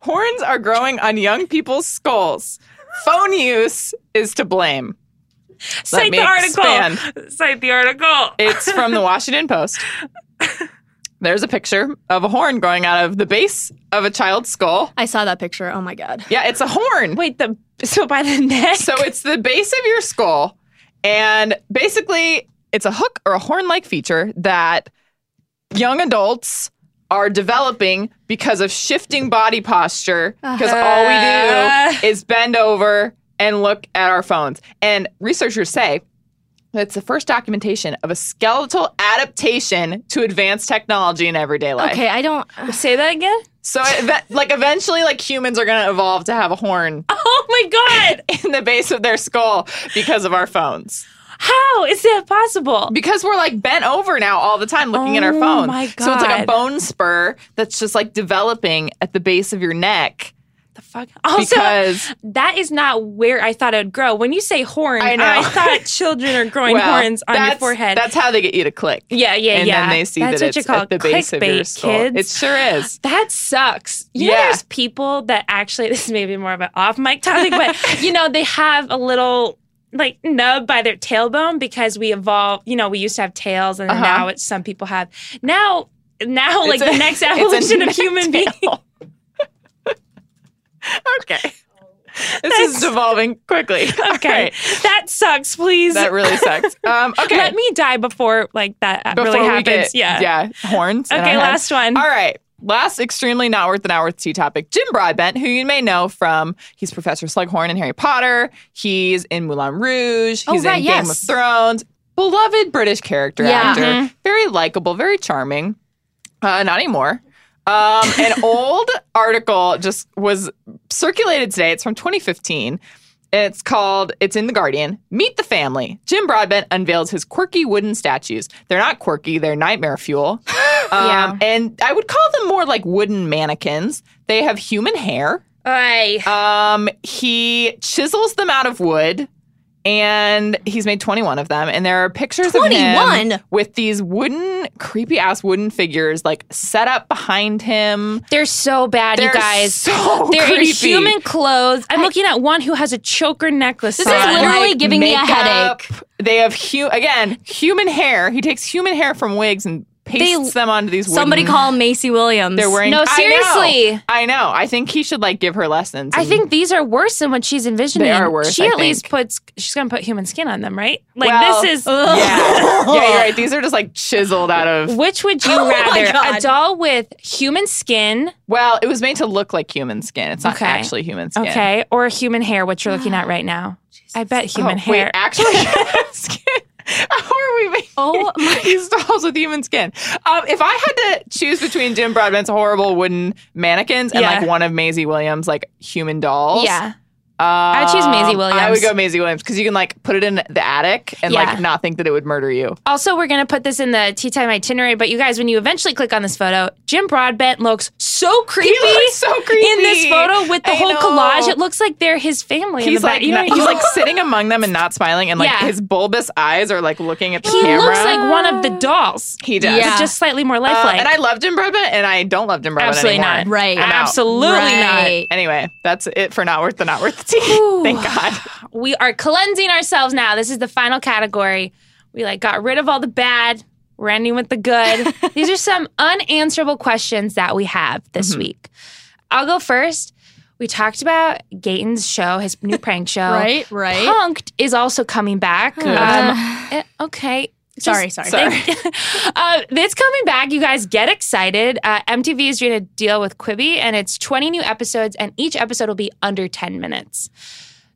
[SPEAKER 2] Horns are growing on young people's skulls. Phone use is to blame.
[SPEAKER 1] Cite
[SPEAKER 2] me
[SPEAKER 1] the article.
[SPEAKER 2] expand.
[SPEAKER 1] Cite the article.
[SPEAKER 2] It's from the Washington Post. There's a picture of a horn growing out of the base of a child's skull.
[SPEAKER 3] I saw that picture. Oh my god.
[SPEAKER 2] Yeah, it's a horn.
[SPEAKER 1] Wait, the so by the neck.
[SPEAKER 2] So it's the base of your skull, and basically, it's a hook or a horn like feature that young adults are developing because of shifting body posture. Because all we do is bend over and look at our phones. And researchers say that's the first documentation of a skeletal adaptation to advanced technology in everyday life.
[SPEAKER 3] Okay, I don't.
[SPEAKER 1] Say that again.
[SPEAKER 2] So, ev- like, eventually, like humans are going to evolve to have a horn
[SPEAKER 1] Oh my God.
[SPEAKER 2] in the base of their skull because of our phones.
[SPEAKER 1] How is that possible?
[SPEAKER 2] Because we're like bent over now all the time looking at our
[SPEAKER 1] Oh,
[SPEAKER 2] phone.
[SPEAKER 1] my
[SPEAKER 2] So it's like a
[SPEAKER 1] God.
[SPEAKER 2] bone spur that's just like developing at the base of your neck.
[SPEAKER 1] the fuck? Also,
[SPEAKER 2] because
[SPEAKER 1] That is not where I thought it would grow. When you say horn,
[SPEAKER 2] I
[SPEAKER 1] I,
[SPEAKER 2] know.
[SPEAKER 1] thought children are growing
[SPEAKER 2] well,
[SPEAKER 1] horns on your
[SPEAKER 2] that's-
[SPEAKER 1] forehead.
[SPEAKER 2] That's how they get you to click.
[SPEAKER 1] yeah, yeah,
[SPEAKER 2] and
[SPEAKER 1] yeah.
[SPEAKER 2] then they see
[SPEAKER 1] that's
[SPEAKER 2] that
[SPEAKER 1] what
[SPEAKER 2] it's
[SPEAKER 1] you call
[SPEAKER 2] at the base of your
[SPEAKER 1] clickbait,
[SPEAKER 2] skull.
[SPEAKER 1] Kids.
[SPEAKER 2] It sure is.
[SPEAKER 1] that sucks. You know,
[SPEAKER 2] Yeah.
[SPEAKER 1] there's people that actually, this may be more of an off mic topic, but you know, they have a little like nub by their tailbone because we evolved, you know, we used to have tails and
[SPEAKER 2] Uh-huh.
[SPEAKER 1] now it's some people have. Now, now, like
[SPEAKER 2] It's a-
[SPEAKER 1] the next
[SPEAKER 2] it's a
[SPEAKER 1] evolution of
[SPEAKER 2] neck
[SPEAKER 1] human beings.
[SPEAKER 2] okay. This is devolving quickly.
[SPEAKER 1] Okay. That sucks, please.
[SPEAKER 2] That really sucks. Um, okay.
[SPEAKER 1] Let me die before like that
[SPEAKER 2] Before
[SPEAKER 1] really
[SPEAKER 2] we
[SPEAKER 1] happens.
[SPEAKER 2] get-
[SPEAKER 1] yeah.
[SPEAKER 2] Yeah. Horns. in our
[SPEAKER 1] Okay,
[SPEAKER 2] heads.
[SPEAKER 1] last one.
[SPEAKER 2] All right. Last extremely not worth an hour with tea topic. Jim Broadbent, who you may know from he's Professor Slughorn in Harry Potter. He's in Moulin Rouge.
[SPEAKER 3] Oh,
[SPEAKER 2] He's
[SPEAKER 3] right,
[SPEAKER 2] in Game of
[SPEAKER 3] yes.
[SPEAKER 2] Thrones. Beloved British character
[SPEAKER 3] Yeah. Mm-hmm.
[SPEAKER 2] actor.
[SPEAKER 1] Mhm.
[SPEAKER 2] Very likable, very charming. Uh, not anymore. Um, an old article just was circulated today. It's from 2015. And it's called, it's in The Guardian. Meet the Family. Jim Broadbent unveils his quirky wooden statues. They're not quirky, they're nightmare fuel. Um,
[SPEAKER 3] Yeah.
[SPEAKER 2] And I would call them more like wooden mannequins. They have human hair.
[SPEAKER 1] Ay.
[SPEAKER 2] Um, he chisels them out of wood, and he's made 21 of them. And there are pictures of
[SPEAKER 3] 21?
[SPEAKER 2] him with these wooden, creepy ass wooden figures like set up behind him.
[SPEAKER 1] They're so bad,
[SPEAKER 2] They're
[SPEAKER 1] you guys.
[SPEAKER 2] so
[SPEAKER 1] They're
[SPEAKER 2] creepy.
[SPEAKER 1] in human clothes. I'm looking at one who has a choker necklace.
[SPEAKER 3] This
[SPEAKER 1] on.
[SPEAKER 3] is literally
[SPEAKER 2] like,
[SPEAKER 3] giving me a
[SPEAKER 2] makeup.
[SPEAKER 3] headache.
[SPEAKER 2] They have hu- again human hair. He takes human hair from wigs and pastes them onto these. Wooden
[SPEAKER 3] Somebody call Macy Williams.
[SPEAKER 2] They're wearing.
[SPEAKER 1] No,
[SPEAKER 2] I know.
[SPEAKER 1] seriously.
[SPEAKER 2] I know. I think he should like give her lessons.
[SPEAKER 1] I
[SPEAKER 2] and-
[SPEAKER 1] think these are worse than what she's envisioning.
[SPEAKER 2] They are worse,
[SPEAKER 1] She
[SPEAKER 2] I
[SPEAKER 1] at
[SPEAKER 2] think.
[SPEAKER 1] least puts. She's gonna put human skin on them, right? Like
[SPEAKER 2] Well,
[SPEAKER 1] this is.
[SPEAKER 2] Yeah. yeah, you're right. These are just like chiseled out of.
[SPEAKER 1] Which would you
[SPEAKER 3] Oh my
[SPEAKER 1] rather?
[SPEAKER 3] God.
[SPEAKER 1] A doll with human skin,
[SPEAKER 2] Well, it was made to look like human skin. It's not
[SPEAKER 1] Okay.
[SPEAKER 2] actually human skin.
[SPEAKER 1] okay, or human hair, which you're looking at right now? I bet
[SPEAKER 2] Oh,
[SPEAKER 1] human
[SPEAKER 2] Wait,
[SPEAKER 1] hair.
[SPEAKER 2] actually, human skin. How are we making
[SPEAKER 3] Oh my
[SPEAKER 2] These dolls with human skin. Um, if I had to choose between Jim Broadbent's horrible wooden mannequins and
[SPEAKER 1] Yeah.
[SPEAKER 2] like one of Maisie Williams' like human dolls, um,
[SPEAKER 1] Yeah.
[SPEAKER 2] I
[SPEAKER 1] choose Maisie
[SPEAKER 2] I would
[SPEAKER 1] Williams.
[SPEAKER 2] go Maisie Williams because you can like put it in the attic and
[SPEAKER 1] Yeah.
[SPEAKER 2] like not think that it would murder you.
[SPEAKER 1] Also, we're going to put this in the tea time itinerary, but you guys, when you eventually click on this photo, Jim Broadbent looks so creepy.
[SPEAKER 2] He looks so creepy
[SPEAKER 1] In this photo with the
[SPEAKER 2] I
[SPEAKER 1] whole
[SPEAKER 2] know.
[SPEAKER 1] collage, it looks like they're his family. in
[SPEAKER 2] He's
[SPEAKER 1] the back.
[SPEAKER 2] like
[SPEAKER 1] you know,
[SPEAKER 2] not- he's like sitting among them and not smiling, and like
[SPEAKER 1] Yeah.
[SPEAKER 2] his bulbous eyes are like looking at the
[SPEAKER 1] he
[SPEAKER 2] camera.
[SPEAKER 1] looks like one of the dolls.
[SPEAKER 2] he does.
[SPEAKER 3] Yeah.
[SPEAKER 1] He's just slightly more
[SPEAKER 2] Uh,
[SPEAKER 1] lifelike.
[SPEAKER 2] and I love Jim Broadbent, and I don't love Jim Broadbent
[SPEAKER 1] Absolutely
[SPEAKER 2] anymore.
[SPEAKER 1] not.
[SPEAKER 3] Right.
[SPEAKER 2] I'm out.
[SPEAKER 1] Absolutely
[SPEAKER 3] Right.
[SPEAKER 2] Anyway, that's it for not worth the not worth the tea. Thank God.
[SPEAKER 1] not. We are cleansing ourselves now. This is the final category. We like got rid of all the bad. We're ending with the good. These are some unanswerable questions that we have this
[SPEAKER 3] Mm-hmm.
[SPEAKER 1] week. I'll go first. We talked about Gayton's show, his new prank show.
[SPEAKER 3] Right, right.
[SPEAKER 1] Punked is also coming back. Um, eh, okay. Just-
[SPEAKER 3] sorry, sorry.
[SPEAKER 2] Sorry.
[SPEAKER 1] uh, it's coming back. You guys get excited. Uh, MTV is doing a deal with Quibi, and it's 20 new episodes, and each episode will be under 10 minutes.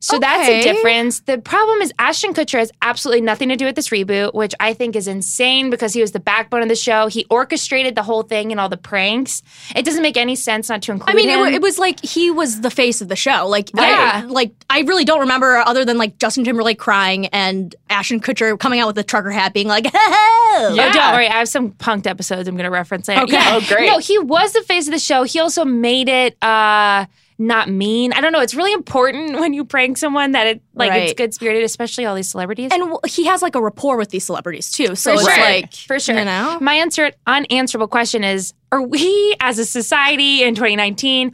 [SPEAKER 1] So that's a
[SPEAKER 3] Okay.
[SPEAKER 1] difference. The problem is Ashton Kutcher has absolutely nothing to do with this reboot, which I think is insane because he was the backbone of the show. He orchestrated the whole thing and all the pranks. It doesn't make any sense not to include
[SPEAKER 3] I mean, it,
[SPEAKER 1] him.
[SPEAKER 3] wa- it was like he was the face of the show. Like,
[SPEAKER 1] Yeah.
[SPEAKER 3] I, like I really don't remember other than like Justin Timberlake crying and Ashton Kutcher coming out with a trucker hat being like, "Hello."
[SPEAKER 1] Oh,
[SPEAKER 2] Yeah.
[SPEAKER 1] don't worry. I have some punked episodes I'm going to reference later.
[SPEAKER 3] Okay.
[SPEAKER 2] Oh, great.
[SPEAKER 1] No, he was the face of the show. He also made it uh not mean. I don't know. It's really important when you prank someone that it like it's
[SPEAKER 3] Right.
[SPEAKER 1] good spirited, especially all these celebrities.
[SPEAKER 3] And w- he has like a rapport with these celebrities too. So
[SPEAKER 1] For
[SPEAKER 3] it's
[SPEAKER 1] sure.
[SPEAKER 3] like,
[SPEAKER 1] For sure.
[SPEAKER 3] you know,
[SPEAKER 1] my answer unanswerable question is are we as a society in 2019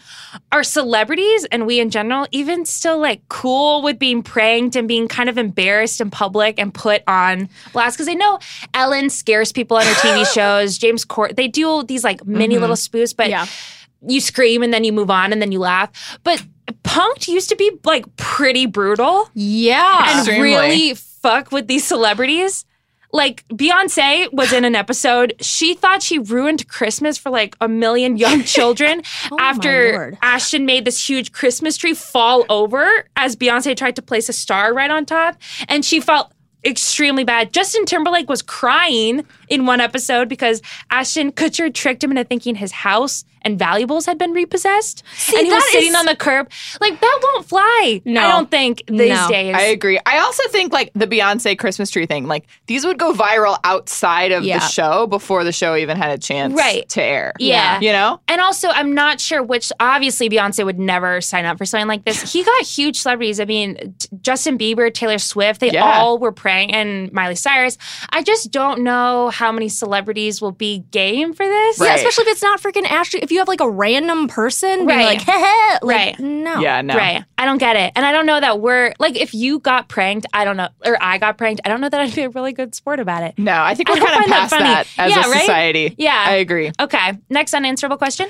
[SPEAKER 1] are celebrities and we in general even still like cool with being pranked and being kind of embarrassed in public and put on blast because i know ellen scares people on her tv shows james court they do all these like mini little spoofs but
[SPEAKER 3] Mm-hmm. Yeah.
[SPEAKER 1] you scream and then you move on and then you laugh but punked used to be like pretty brutal
[SPEAKER 3] yeah.
[SPEAKER 1] and
[SPEAKER 2] Extremely.
[SPEAKER 1] really fuck with these celebrities. Like Beyonce was in an episode. She thought she ruined Christmas for like a million young children
[SPEAKER 3] Oh my
[SPEAKER 1] after
[SPEAKER 3] Lord.
[SPEAKER 1] Ashton made this huge Christmas tree fall over as Beyonce tried to place a star right on top. And she felt extremely bad. Justin Timberlake was crying in one episode because Ashton Kutcher tricked him into thinking his house and valuables had been repossessed. and he was
[SPEAKER 3] that
[SPEAKER 1] sitting
[SPEAKER 3] is-
[SPEAKER 1] on the curb. Like that won't fly.
[SPEAKER 3] No.
[SPEAKER 1] I don't think these
[SPEAKER 3] No.
[SPEAKER 1] days.
[SPEAKER 2] I agree. I also think like the Beyonce Christmas tree thing, like these would go viral outside of
[SPEAKER 3] Yeah.
[SPEAKER 2] the show before the show even had a chance
[SPEAKER 1] Right.
[SPEAKER 2] to air.
[SPEAKER 1] Yeah.
[SPEAKER 2] You know?
[SPEAKER 1] And also, I'm not sure which. Obviously, Beyonce would never sign up for something like this. He got huge celebrities. I mean, t- Justin Bieber, Taylor Swift, they
[SPEAKER 2] Yeah.
[SPEAKER 1] all were praying, and Miley Cyrus. I just don't know how many celebrities will be game for this.
[SPEAKER 3] Yeah,
[SPEAKER 2] Right.
[SPEAKER 3] especially if it's not freaking Ashton. If you have like a random person being
[SPEAKER 1] Right.
[SPEAKER 3] like, "Heh heh," like,
[SPEAKER 1] Right.
[SPEAKER 3] no.
[SPEAKER 2] Yeah, no.
[SPEAKER 1] Right. I don't get it. And I don't know that we're like, if you got pranked, I don't know, or I got pranked, I don't know that I'd be a really good sport about it.
[SPEAKER 2] No, I think
[SPEAKER 1] I
[SPEAKER 2] we're
[SPEAKER 1] don't
[SPEAKER 2] kind of
[SPEAKER 1] find that
[SPEAKER 2] past
[SPEAKER 1] funny.
[SPEAKER 2] that, as
[SPEAKER 1] Yeah,
[SPEAKER 2] a
[SPEAKER 1] right?
[SPEAKER 2] society.
[SPEAKER 1] Yeah.
[SPEAKER 2] I agree.
[SPEAKER 1] Okay. Next unanswerable question.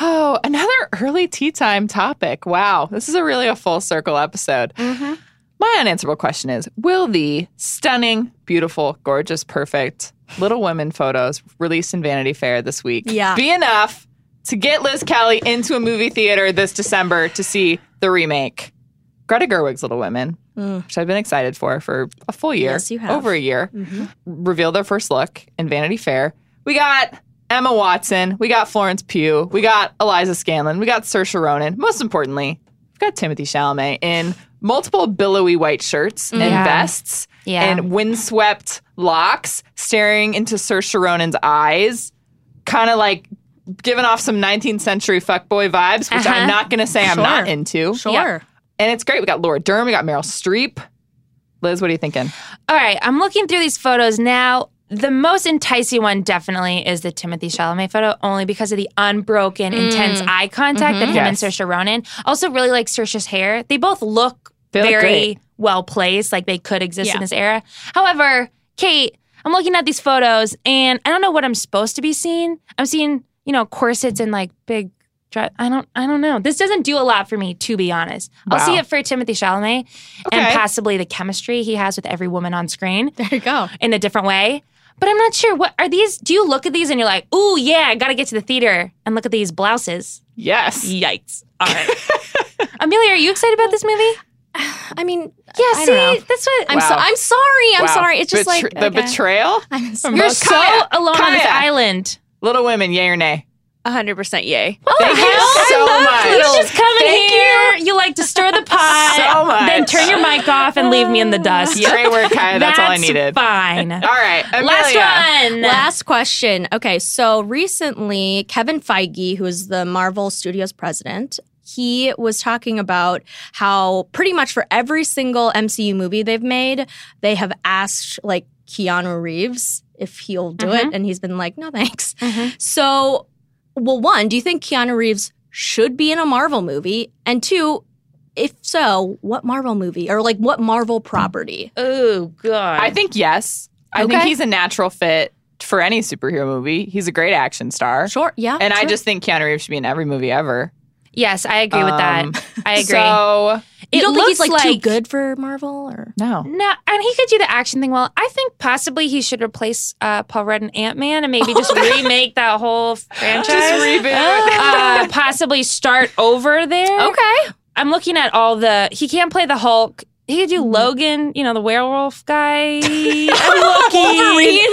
[SPEAKER 2] Oh, another early tea time topic. Wow. This is a really a full circle episode.
[SPEAKER 3] Mm-hmm.
[SPEAKER 2] My unanswerable question is Will the stunning, beautiful, gorgeous, perfect Little Women photos released in Vanity Fair this week
[SPEAKER 3] Yeah.
[SPEAKER 2] be enough to get Liz Kelly into a movie theater this December to see the remake? Greta Gerwig's Little Women, which I've been excited for for a full year,
[SPEAKER 3] Mm. Yes, you have. Mm-hmm.
[SPEAKER 2] over a year, revealed their first look in Vanity Fair. We got Emma Watson, we got Florence Pugh, we got Eliza Scanlon, we got Saoirse Ronan. Most importantly, we've got Timothy Chalamet in multiple billowy white shirts and
[SPEAKER 1] Yeah.
[SPEAKER 2] vests
[SPEAKER 1] Yeah.
[SPEAKER 2] and windswept locks, staring into Saoirse Ronan's eyes, kind of like giving off some 19th century fuckboy vibes, which
[SPEAKER 1] Uh-huh.
[SPEAKER 2] I'm not going to say I'm
[SPEAKER 3] Sure.
[SPEAKER 2] not into.
[SPEAKER 3] Sure.
[SPEAKER 1] Yeah.
[SPEAKER 2] And it's great. We got Laura Dern, we got Meryl Streep. Liz, what are you thinking?
[SPEAKER 1] All right, I'm looking through these photos now. The most enticing one definitely is the Timothy Chalamet photo, only because of the unbroken, intense eye contact that him
[SPEAKER 2] Yes.
[SPEAKER 1] and Saoirse Ronan. Also, really like Saoirse's hair. They both look
[SPEAKER 2] They look
[SPEAKER 1] very
[SPEAKER 2] great.
[SPEAKER 1] well placed, like they could exist in
[SPEAKER 3] Yeah.
[SPEAKER 1] this era. However, Kate, I'm looking at these photos, and I don't know what I'm supposed to be seeing. I'm seeing, you know, corsets and like big. dre- I don't. I don't know. This doesn't do a lot for me, to be honest. I'll
[SPEAKER 2] Wow.
[SPEAKER 1] see it for Timothy Chalamet
[SPEAKER 2] Okay.
[SPEAKER 1] and possibly the chemistry he has with every woman on screen
[SPEAKER 3] There you go.
[SPEAKER 1] in a different way. But I'm not sure. What are these? Do you look at these and you're like, ooh, yeah, I gotta get to the theater and look at these blouses?
[SPEAKER 2] Yes.
[SPEAKER 1] Yikes. All right. Amelia, are you excited about this movie?
[SPEAKER 3] I mean,
[SPEAKER 1] Yeah,
[SPEAKER 3] I
[SPEAKER 1] see,
[SPEAKER 3] don't know.
[SPEAKER 1] that's what
[SPEAKER 3] I'm so
[SPEAKER 2] Wow.
[SPEAKER 3] I'm sorry. I'm
[SPEAKER 2] Wow.
[SPEAKER 3] sorry. It's just
[SPEAKER 2] Betr-
[SPEAKER 3] like
[SPEAKER 2] the
[SPEAKER 1] okay.
[SPEAKER 2] betrayal.
[SPEAKER 3] I'm
[SPEAKER 2] From
[SPEAKER 3] sorry.
[SPEAKER 1] You're
[SPEAKER 2] both-
[SPEAKER 1] so
[SPEAKER 2] Kaya,
[SPEAKER 1] alone on this
[SPEAKER 2] Kaya.
[SPEAKER 1] island.
[SPEAKER 2] Little Women, yay or nay?
[SPEAKER 3] 100% yay.
[SPEAKER 1] Oh,
[SPEAKER 2] Thank you
[SPEAKER 1] hell,
[SPEAKER 2] so much.
[SPEAKER 1] You just come in
[SPEAKER 2] Thank
[SPEAKER 1] here. You. like to stir the pot.
[SPEAKER 2] So much.
[SPEAKER 1] Then turn your mic off and leave me in the dust.
[SPEAKER 2] Great work, Kaya. That's, all I needed.
[SPEAKER 1] Fine.
[SPEAKER 2] All right, Amelia.
[SPEAKER 1] Last one.
[SPEAKER 3] Last question. Okay, so recently, Kevin Feige, who is the Marvel Studios president, he was talking about how pretty much for every single MCU movie they've made, they have asked like Keanu Reeves if he'll do it, and he's been like, "No, thanks."
[SPEAKER 1] Mhm.
[SPEAKER 3] So, well, one, do you think Keanu Reeves should be in a Marvel movie? And two, if so, what Marvel movie or like what Marvel property?
[SPEAKER 1] Oh god.
[SPEAKER 2] Mm-hmm. I think yes. I think
[SPEAKER 3] Okay.
[SPEAKER 2] he's a natural fit for any superhero movie. He's a great action star.
[SPEAKER 3] Sure, yeah.
[SPEAKER 2] And I
[SPEAKER 3] sure.
[SPEAKER 2] just think Keanu Reeves should be in every movie ever.
[SPEAKER 1] yes, I agree with
[SPEAKER 2] Um,
[SPEAKER 1] that. I agree.
[SPEAKER 2] So,
[SPEAKER 3] you
[SPEAKER 1] it
[SPEAKER 3] don't think he's
[SPEAKER 1] looks
[SPEAKER 3] like, too good for Marvel or
[SPEAKER 2] no.
[SPEAKER 1] No, and he could do the action thing well. I think possibly he should replace uh, Paul Rudd and Ant Man, and maybe just remake that whole franchise.
[SPEAKER 2] reboot.
[SPEAKER 1] uh, possibly start over there. I'm looking at all the. He can't play the Hulk. He could do Logan, you know, the werewolf guy. I'm looking.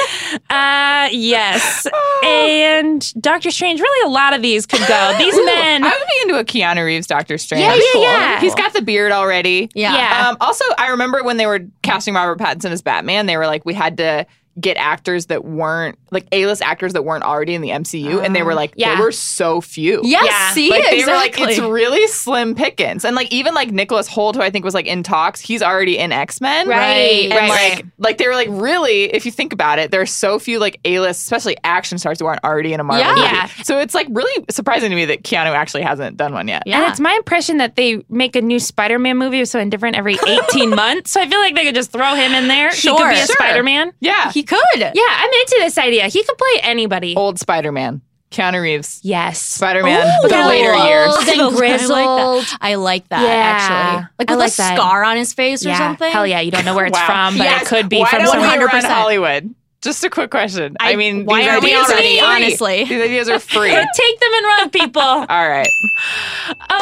[SPEAKER 1] Uh, yes. And Doctor Strange. Really, a lot of these could go. These
[SPEAKER 2] Ooh,
[SPEAKER 1] men.
[SPEAKER 2] I would be into a Keanu Reeves Doctor Strange.
[SPEAKER 1] Yeah, yeah, yeah.
[SPEAKER 2] He's got the beard already.
[SPEAKER 3] Yeah. Uh,
[SPEAKER 1] Yeah.
[SPEAKER 2] Um, also, I remember when they were casting Robert Pattinson as Batman, they were like, we had to get actors that weren't like A-list actors that weren't already in the MCU, and they were like,
[SPEAKER 1] Oh, Yeah.
[SPEAKER 2] there were so few.
[SPEAKER 3] Yes,
[SPEAKER 1] Yeah.
[SPEAKER 3] see,
[SPEAKER 2] Like they
[SPEAKER 3] exactly.
[SPEAKER 2] were like, it's really slim pickings, and like even like Nicholas Holt, who I think was like in talks, he's already in X Men,
[SPEAKER 1] Right,
[SPEAKER 2] And
[SPEAKER 1] right.
[SPEAKER 2] like, like they were like, really, if you think about it, there are so few like A list, especially action stars, who aren't already in a Marvel
[SPEAKER 3] Yeah.
[SPEAKER 2] movie.
[SPEAKER 1] Yeah.
[SPEAKER 2] So it's like really surprising to me that Keanu actually hasn't done one yet.
[SPEAKER 1] And it's my impression that they make a new Spider-Man movie so in different every 18 months. So I feel like they could just throw him in there. he
[SPEAKER 3] Sure.
[SPEAKER 1] could be a
[SPEAKER 3] Sure.
[SPEAKER 1] Spider-Man.
[SPEAKER 2] Yeah,
[SPEAKER 3] he could.
[SPEAKER 1] Yeah, I'm into this idea. He could play anybody.
[SPEAKER 2] old Spider Man, Keanu Reeves,
[SPEAKER 1] Yes.
[SPEAKER 2] Spider Man,
[SPEAKER 3] Ooh.
[SPEAKER 2] the later
[SPEAKER 3] Old
[SPEAKER 2] years.
[SPEAKER 1] Old and grizzled.
[SPEAKER 3] I like that
[SPEAKER 1] Yeah.
[SPEAKER 3] actually. Like
[SPEAKER 1] I
[SPEAKER 3] with
[SPEAKER 1] like
[SPEAKER 3] a
[SPEAKER 1] that.
[SPEAKER 3] scar on his face or
[SPEAKER 1] yeah.
[SPEAKER 3] something.
[SPEAKER 1] Hell yeah, you don't know where it's
[SPEAKER 2] Wow.
[SPEAKER 1] from, but
[SPEAKER 3] Yes.
[SPEAKER 1] it could be
[SPEAKER 2] Why
[SPEAKER 1] from
[SPEAKER 2] don't
[SPEAKER 1] somewhere.
[SPEAKER 2] we run
[SPEAKER 3] 100%.
[SPEAKER 2] Hollywood? Just a quick question. I,
[SPEAKER 3] I-
[SPEAKER 2] mean,
[SPEAKER 3] why
[SPEAKER 2] these
[SPEAKER 3] are we
[SPEAKER 2] ideas
[SPEAKER 3] already,
[SPEAKER 2] free.
[SPEAKER 3] honestly?
[SPEAKER 2] These ideas are free. All
[SPEAKER 1] Take them and run, people.
[SPEAKER 2] right.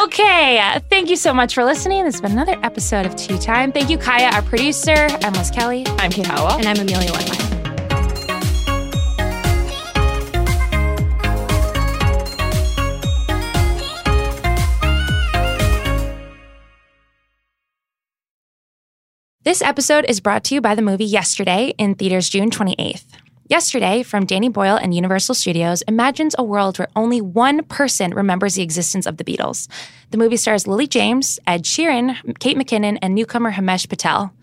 [SPEAKER 1] okay. Thank you so much for listening. This has been another episode of Tea Time. Thank you, Kaya, our producer. I'm Liz Kelly.
[SPEAKER 2] I'm Kate Howell.
[SPEAKER 3] And I'm Amelia Weinmeier.
[SPEAKER 1] This episode is brought to you by the movie Yesterday in theaters June 28th. Yesterday, from Danny Boyle and Universal Studios, imagines a world where only one person remembers the existence of the Beatles. The movie stars Lily James, Ed Sheeran, Kate McKinnon, and newcomer Himesh Patel.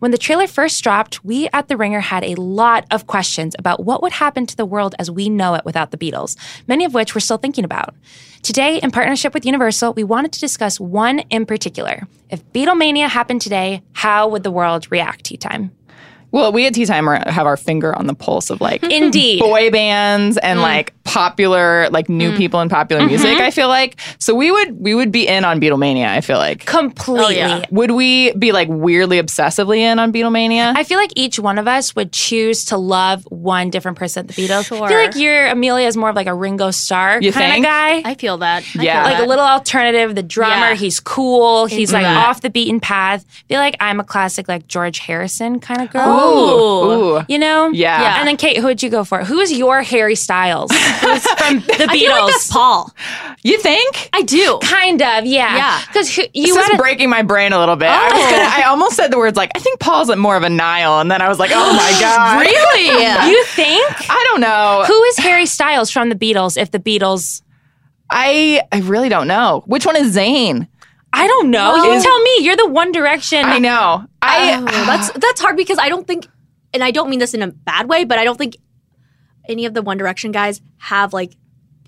[SPEAKER 1] When the trailer first dropped, we at The Ringer had a lot of questions about what would happen to the world as we know it without the Beatles, many of which we're still thinking about. Today, in partnership with Universal, we wanted to discuss one in particular. If Beatlemania happened today, how would the world react, Tea Time?
[SPEAKER 2] Oh, Well, we at Tea Time are- have our finger on the pulse of like
[SPEAKER 1] Indeed.
[SPEAKER 2] boy bands and like popular, like new people in popular music. I feel like so we would we would be in on Beatlemania. I feel like
[SPEAKER 1] Completely.
[SPEAKER 3] yeah.
[SPEAKER 2] would we be like weirdly obsessively in on Beatlemania?
[SPEAKER 1] I feel like each one of us would choose to love one different person at the Beatles. I feel
[SPEAKER 3] Sure.
[SPEAKER 1] like your Amelia is more of like a Ringo Starr
[SPEAKER 2] You
[SPEAKER 1] kind
[SPEAKER 2] think?
[SPEAKER 1] of guy.
[SPEAKER 3] I feel that. I
[SPEAKER 2] Yeah.
[SPEAKER 3] feel
[SPEAKER 1] like a
[SPEAKER 3] that.
[SPEAKER 1] little alternative. The drummer,
[SPEAKER 3] Uh, Yeah.
[SPEAKER 1] he's cool. He's like
[SPEAKER 3] that.
[SPEAKER 1] off the beaten path. I feel like I'm a classic like George Harrison kind of girl.
[SPEAKER 2] Ooh. Ooh.
[SPEAKER 1] You know?
[SPEAKER 2] Oh. Yeah.
[SPEAKER 3] Yeah.
[SPEAKER 1] And then Kate, who would you go for? Who is your Harry Styles? Who's from the Beatles?
[SPEAKER 3] I feel like that's Paul.
[SPEAKER 2] You think?
[SPEAKER 3] I do.
[SPEAKER 1] kind of, yeah.
[SPEAKER 3] Yeah.
[SPEAKER 1] Because you
[SPEAKER 2] This
[SPEAKER 1] had
[SPEAKER 2] is breaking my brain a little bit. I was gonna,
[SPEAKER 3] Oh.
[SPEAKER 2] I almost said the words like I think Paul's more of a Nile, and then I was like, oh my god,
[SPEAKER 3] Really?
[SPEAKER 1] you think?
[SPEAKER 2] I don't know.
[SPEAKER 1] Who is Harry Styles from the Beatles if the Beatles
[SPEAKER 2] I I really don't know. Which one is Zayn?
[SPEAKER 1] I don't know. you
[SPEAKER 2] Is-
[SPEAKER 1] tell me. You're the One Direction.
[SPEAKER 2] I know. I
[SPEAKER 3] Uh, Oh, that's that's hard because I don't think and I don't mean this in a bad way, but I don't think any of the One Direction guys have like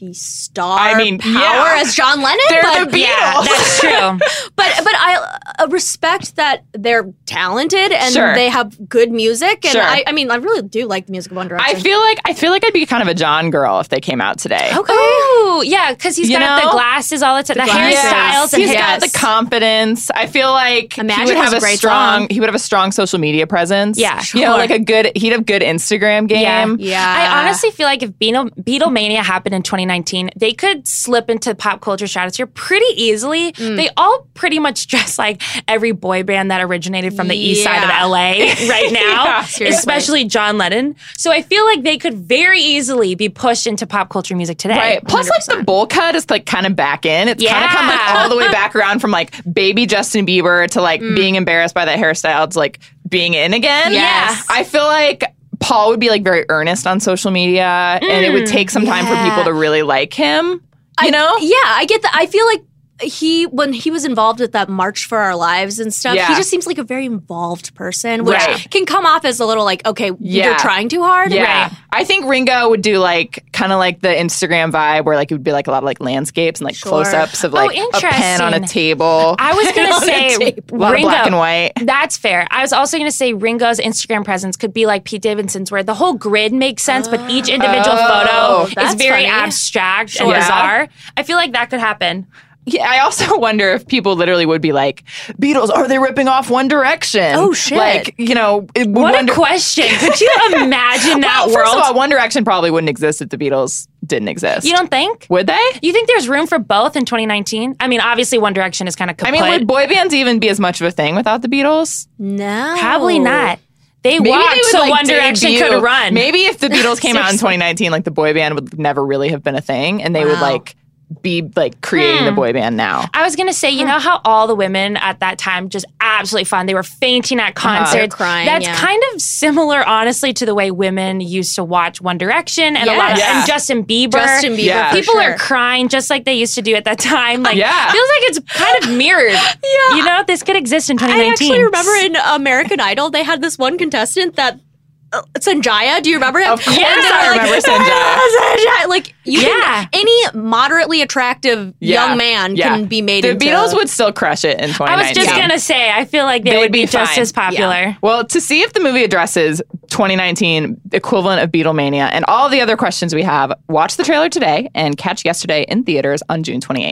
[SPEAKER 3] the star
[SPEAKER 2] I mean,
[SPEAKER 3] power
[SPEAKER 2] yeah.
[SPEAKER 3] as John Lennon.
[SPEAKER 2] They're
[SPEAKER 3] but,
[SPEAKER 2] the Beatles.
[SPEAKER 1] Yeah, that's true.
[SPEAKER 3] but but I uh, respect that they're talented and
[SPEAKER 2] Sure.
[SPEAKER 3] they have good music. And
[SPEAKER 2] Sure.
[SPEAKER 3] I, I mean, I really do like the music of One Direction.
[SPEAKER 2] I feel like I feel like I'd be kind of a John girl if they came out today.
[SPEAKER 3] Oh,
[SPEAKER 1] Okay. Ooh, yeah, because he's
[SPEAKER 2] You
[SPEAKER 1] got
[SPEAKER 2] know?
[SPEAKER 1] the glasses all the time, the,
[SPEAKER 3] glasses.
[SPEAKER 1] hairstyles, and
[SPEAKER 2] He's
[SPEAKER 1] his
[SPEAKER 2] got
[SPEAKER 3] Yes.
[SPEAKER 2] the confidence. I feel like
[SPEAKER 3] Imagine
[SPEAKER 2] he would
[SPEAKER 3] has
[SPEAKER 2] have
[SPEAKER 3] a
[SPEAKER 2] a,
[SPEAKER 3] great
[SPEAKER 2] strong.
[SPEAKER 3] song.
[SPEAKER 2] He would have a strong social media presence.
[SPEAKER 1] Yeah,
[SPEAKER 2] you know,
[SPEAKER 1] sure.
[SPEAKER 2] like a good. He'd have good Instagram game.
[SPEAKER 1] Yeah.
[SPEAKER 3] yeah.
[SPEAKER 1] I honestly feel like if Beatle- Beatlemania happened in 19, they could slip into pop culture stratosphere pretty easily. They all pretty much dress like every boy band that originated from the east side of
[SPEAKER 3] Yeah.
[SPEAKER 1] LA right now,
[SPEAKER 2] Yeah,
[SPEAKER 3] seriously.
[SPEAKER 1] especially John Lennon. So I feel like they could very easily be pushed into pop culture music today.
[SPEAKER 2] Right. Plus, like the bowl cut is like kind of back in. It's kind of come like
[SPEAKER 1] Yeah.
[SPEAKER 2] all the way back around from like baby Justin Bieber to like being embarrassed by that hairstyle to like being in again.
[SPEAKER 1] Yes.
[SPEAKER 2] I feel like Paul would be like very earnest on social media, and it would take some time
[SPEAKER 3] yeah.
[SPEAKER 2] for people to really like him. You know,
[SPEAKER 3] Yeah, I get that. I feel like he when he was involved with that March for Our Lives and stuff,
[SPEAKER 2] Yeah.
[SPEAKER 3] he just seems like a very involved person, which
[SPEAKER 2] Right.
[SPEAKER 3] can come off as a little like, okay,
[SPEAKER 2] Yeah.
[SPEAKER 3] you're trying too hard.
[SPEAKER 2] Yeah.
[SPEAKER 1] Right.
[SPEAKER 2] I think Ringo would do like kind of like the Instagram vibe where like it would be like a lot of like landscapes and like
[SPEAKER 3] Sure.
[SPEAKER 2] close ups of like a pen on a
[SPEAKER 1] interesting.
[SPEAKER 2] table.
[SPEAKER 1] I was going
[SPEAKER 2] On
[SPEAKER 1] to
[SPEAKER 2] a
[SPEAKER 1] say
[SPEAKER 2] tape. a
[SPEAKER 1] Ringo.
[SPEAKER 2] lot of black and white.
[SPEAKER 1] That's fair. I was also going to say Ringo's Instagram presence could be like Pete Davidson's, where the whole grid makes sense, but each individual
[SPEAKER 2] Oh,
[SPEAKER 1] photo is
[SPEAKER 3] that's
[SPEAKER 1] very
[SPEAKER 3] funny.
[SPEAKER 1] abstract
[SPEAKER 2] Sure.
[SPEAKER 1] and
[SPEAKER 2] Yeah.
[SPEAKER 1] bizarre. I feel like that could happen.
[SPEAKER 2] Yeah, I also wonder if people literally would be like, Beatles, are they ripping off One Direction?
[SPEAKER 3] Oh, shit.
[SPEAKER 2] Like, you know, it would
[SPEAKER 1] What
[SPEAKER 2] wonder-
[SPEAKER 1] a question. Could you imagine that
[SPEAKER 2] Well,
[SPEAKER 1] world?
[SPEAKER 2] First of all, One Direction probably wouldn't exist if the Beatles didn't exist.
[SPEAKER 1] you don't think?
[SPEAKER 2] would they?
[SPEAKER 1] You think there's room for both in 2019? I mean, obviously, One Direction is kind of
[SPEAKER 2] I
[SPEAKER 1] kaput.
[SPEAKER 2] mean, would boy bands even be as much of a thing without the Beatles?
[SPEAKER 3] No.
[SPEAKER 1] Probably not. They
[SPEAKER 2] Maybe
[SPEAKER 1] walked
[SPEAKER 2] they would,
[SPEAKER 1] so
[SPEAKER 2] like,
[SPEAKER 1] One Direction
[SPEAKER 2] debut-
[SPEAKER 1] could run.
[SPEAKER 2] Maybe if the Beatles came out in 2019, like the boy band would never really have been a thing, and they would
[SPEAKER 3] Wow.
[SPEAKER 2] like be like creating the boy band now.
[SPEAKER 1] I was gonna say, you know how all the women at that time just absolutely fun. They were fainting at concerts,
[SPEAKER 3] They're crying,
[SPEAKER 1] That's
[SPEAKER 3] yeah.
[SPEAKER 1] kind of similar, honestly, to the way women used to watch One Direction and a lot of
[SPEAKER 2] Yes.
[SPEAKER 1] and Justin Bieber.
[SPEAKER 3] Justin Bieber.
[SPEAKER 2] Yeah.
[SPEAKER 3] for
[SPEAKER 1] People
[SPEAKER 3] sure.
[SPEAKER 1] are crying just like they used to do at that time. Like,
[SPEAKER 2] Yeah.
[SPEAKER 1] feels like it's kind of mirrored. yeah, you know, this could exist in
[SPEAKER 3] I
[SPEAKER 1] 2019.
[SPEAKER 3] actually remember in American Idol they had this one contestant that uh, Sanjaya. Do you remember him?
[SPEAKER 2] Of course,
[SPEAKER 1] Yeah.
[SPEAKER 2] I remember Sanjay.
[SPEAKER 3] Sanjay, like you
[SPEAKER 1] Yeah.
[SPEAKER 3] can, any moderately attractive
[SPEAKER 2] Yeah.
[SPEAKER 3] young man
[SPEAKER 2] Yeah.
[SPEAKER 3] can be made.
[SPEAKER 2] The
[SPEAKER 3] into,
[SPEAKER 2] Beatles would still crush it in
[SPEAKER 1] I
[SPEAKER 2] 2019.
[SPEAKER 1] was just gonna say, I feel like they
[SPEAKER 2] They'd
[SPEAKER 1] would be,
[SPEAKER 2] be
[SPEAKER 1] just
[SPEAKER 2] fine.
[SPEAKER 1] as popular.
[SPEAKER 2] Well, to see if the movie addresses 2019 equivalent of Beatlemania and all the other questions we have, watch the trailer today and catch yesterday in theaters on June 28th.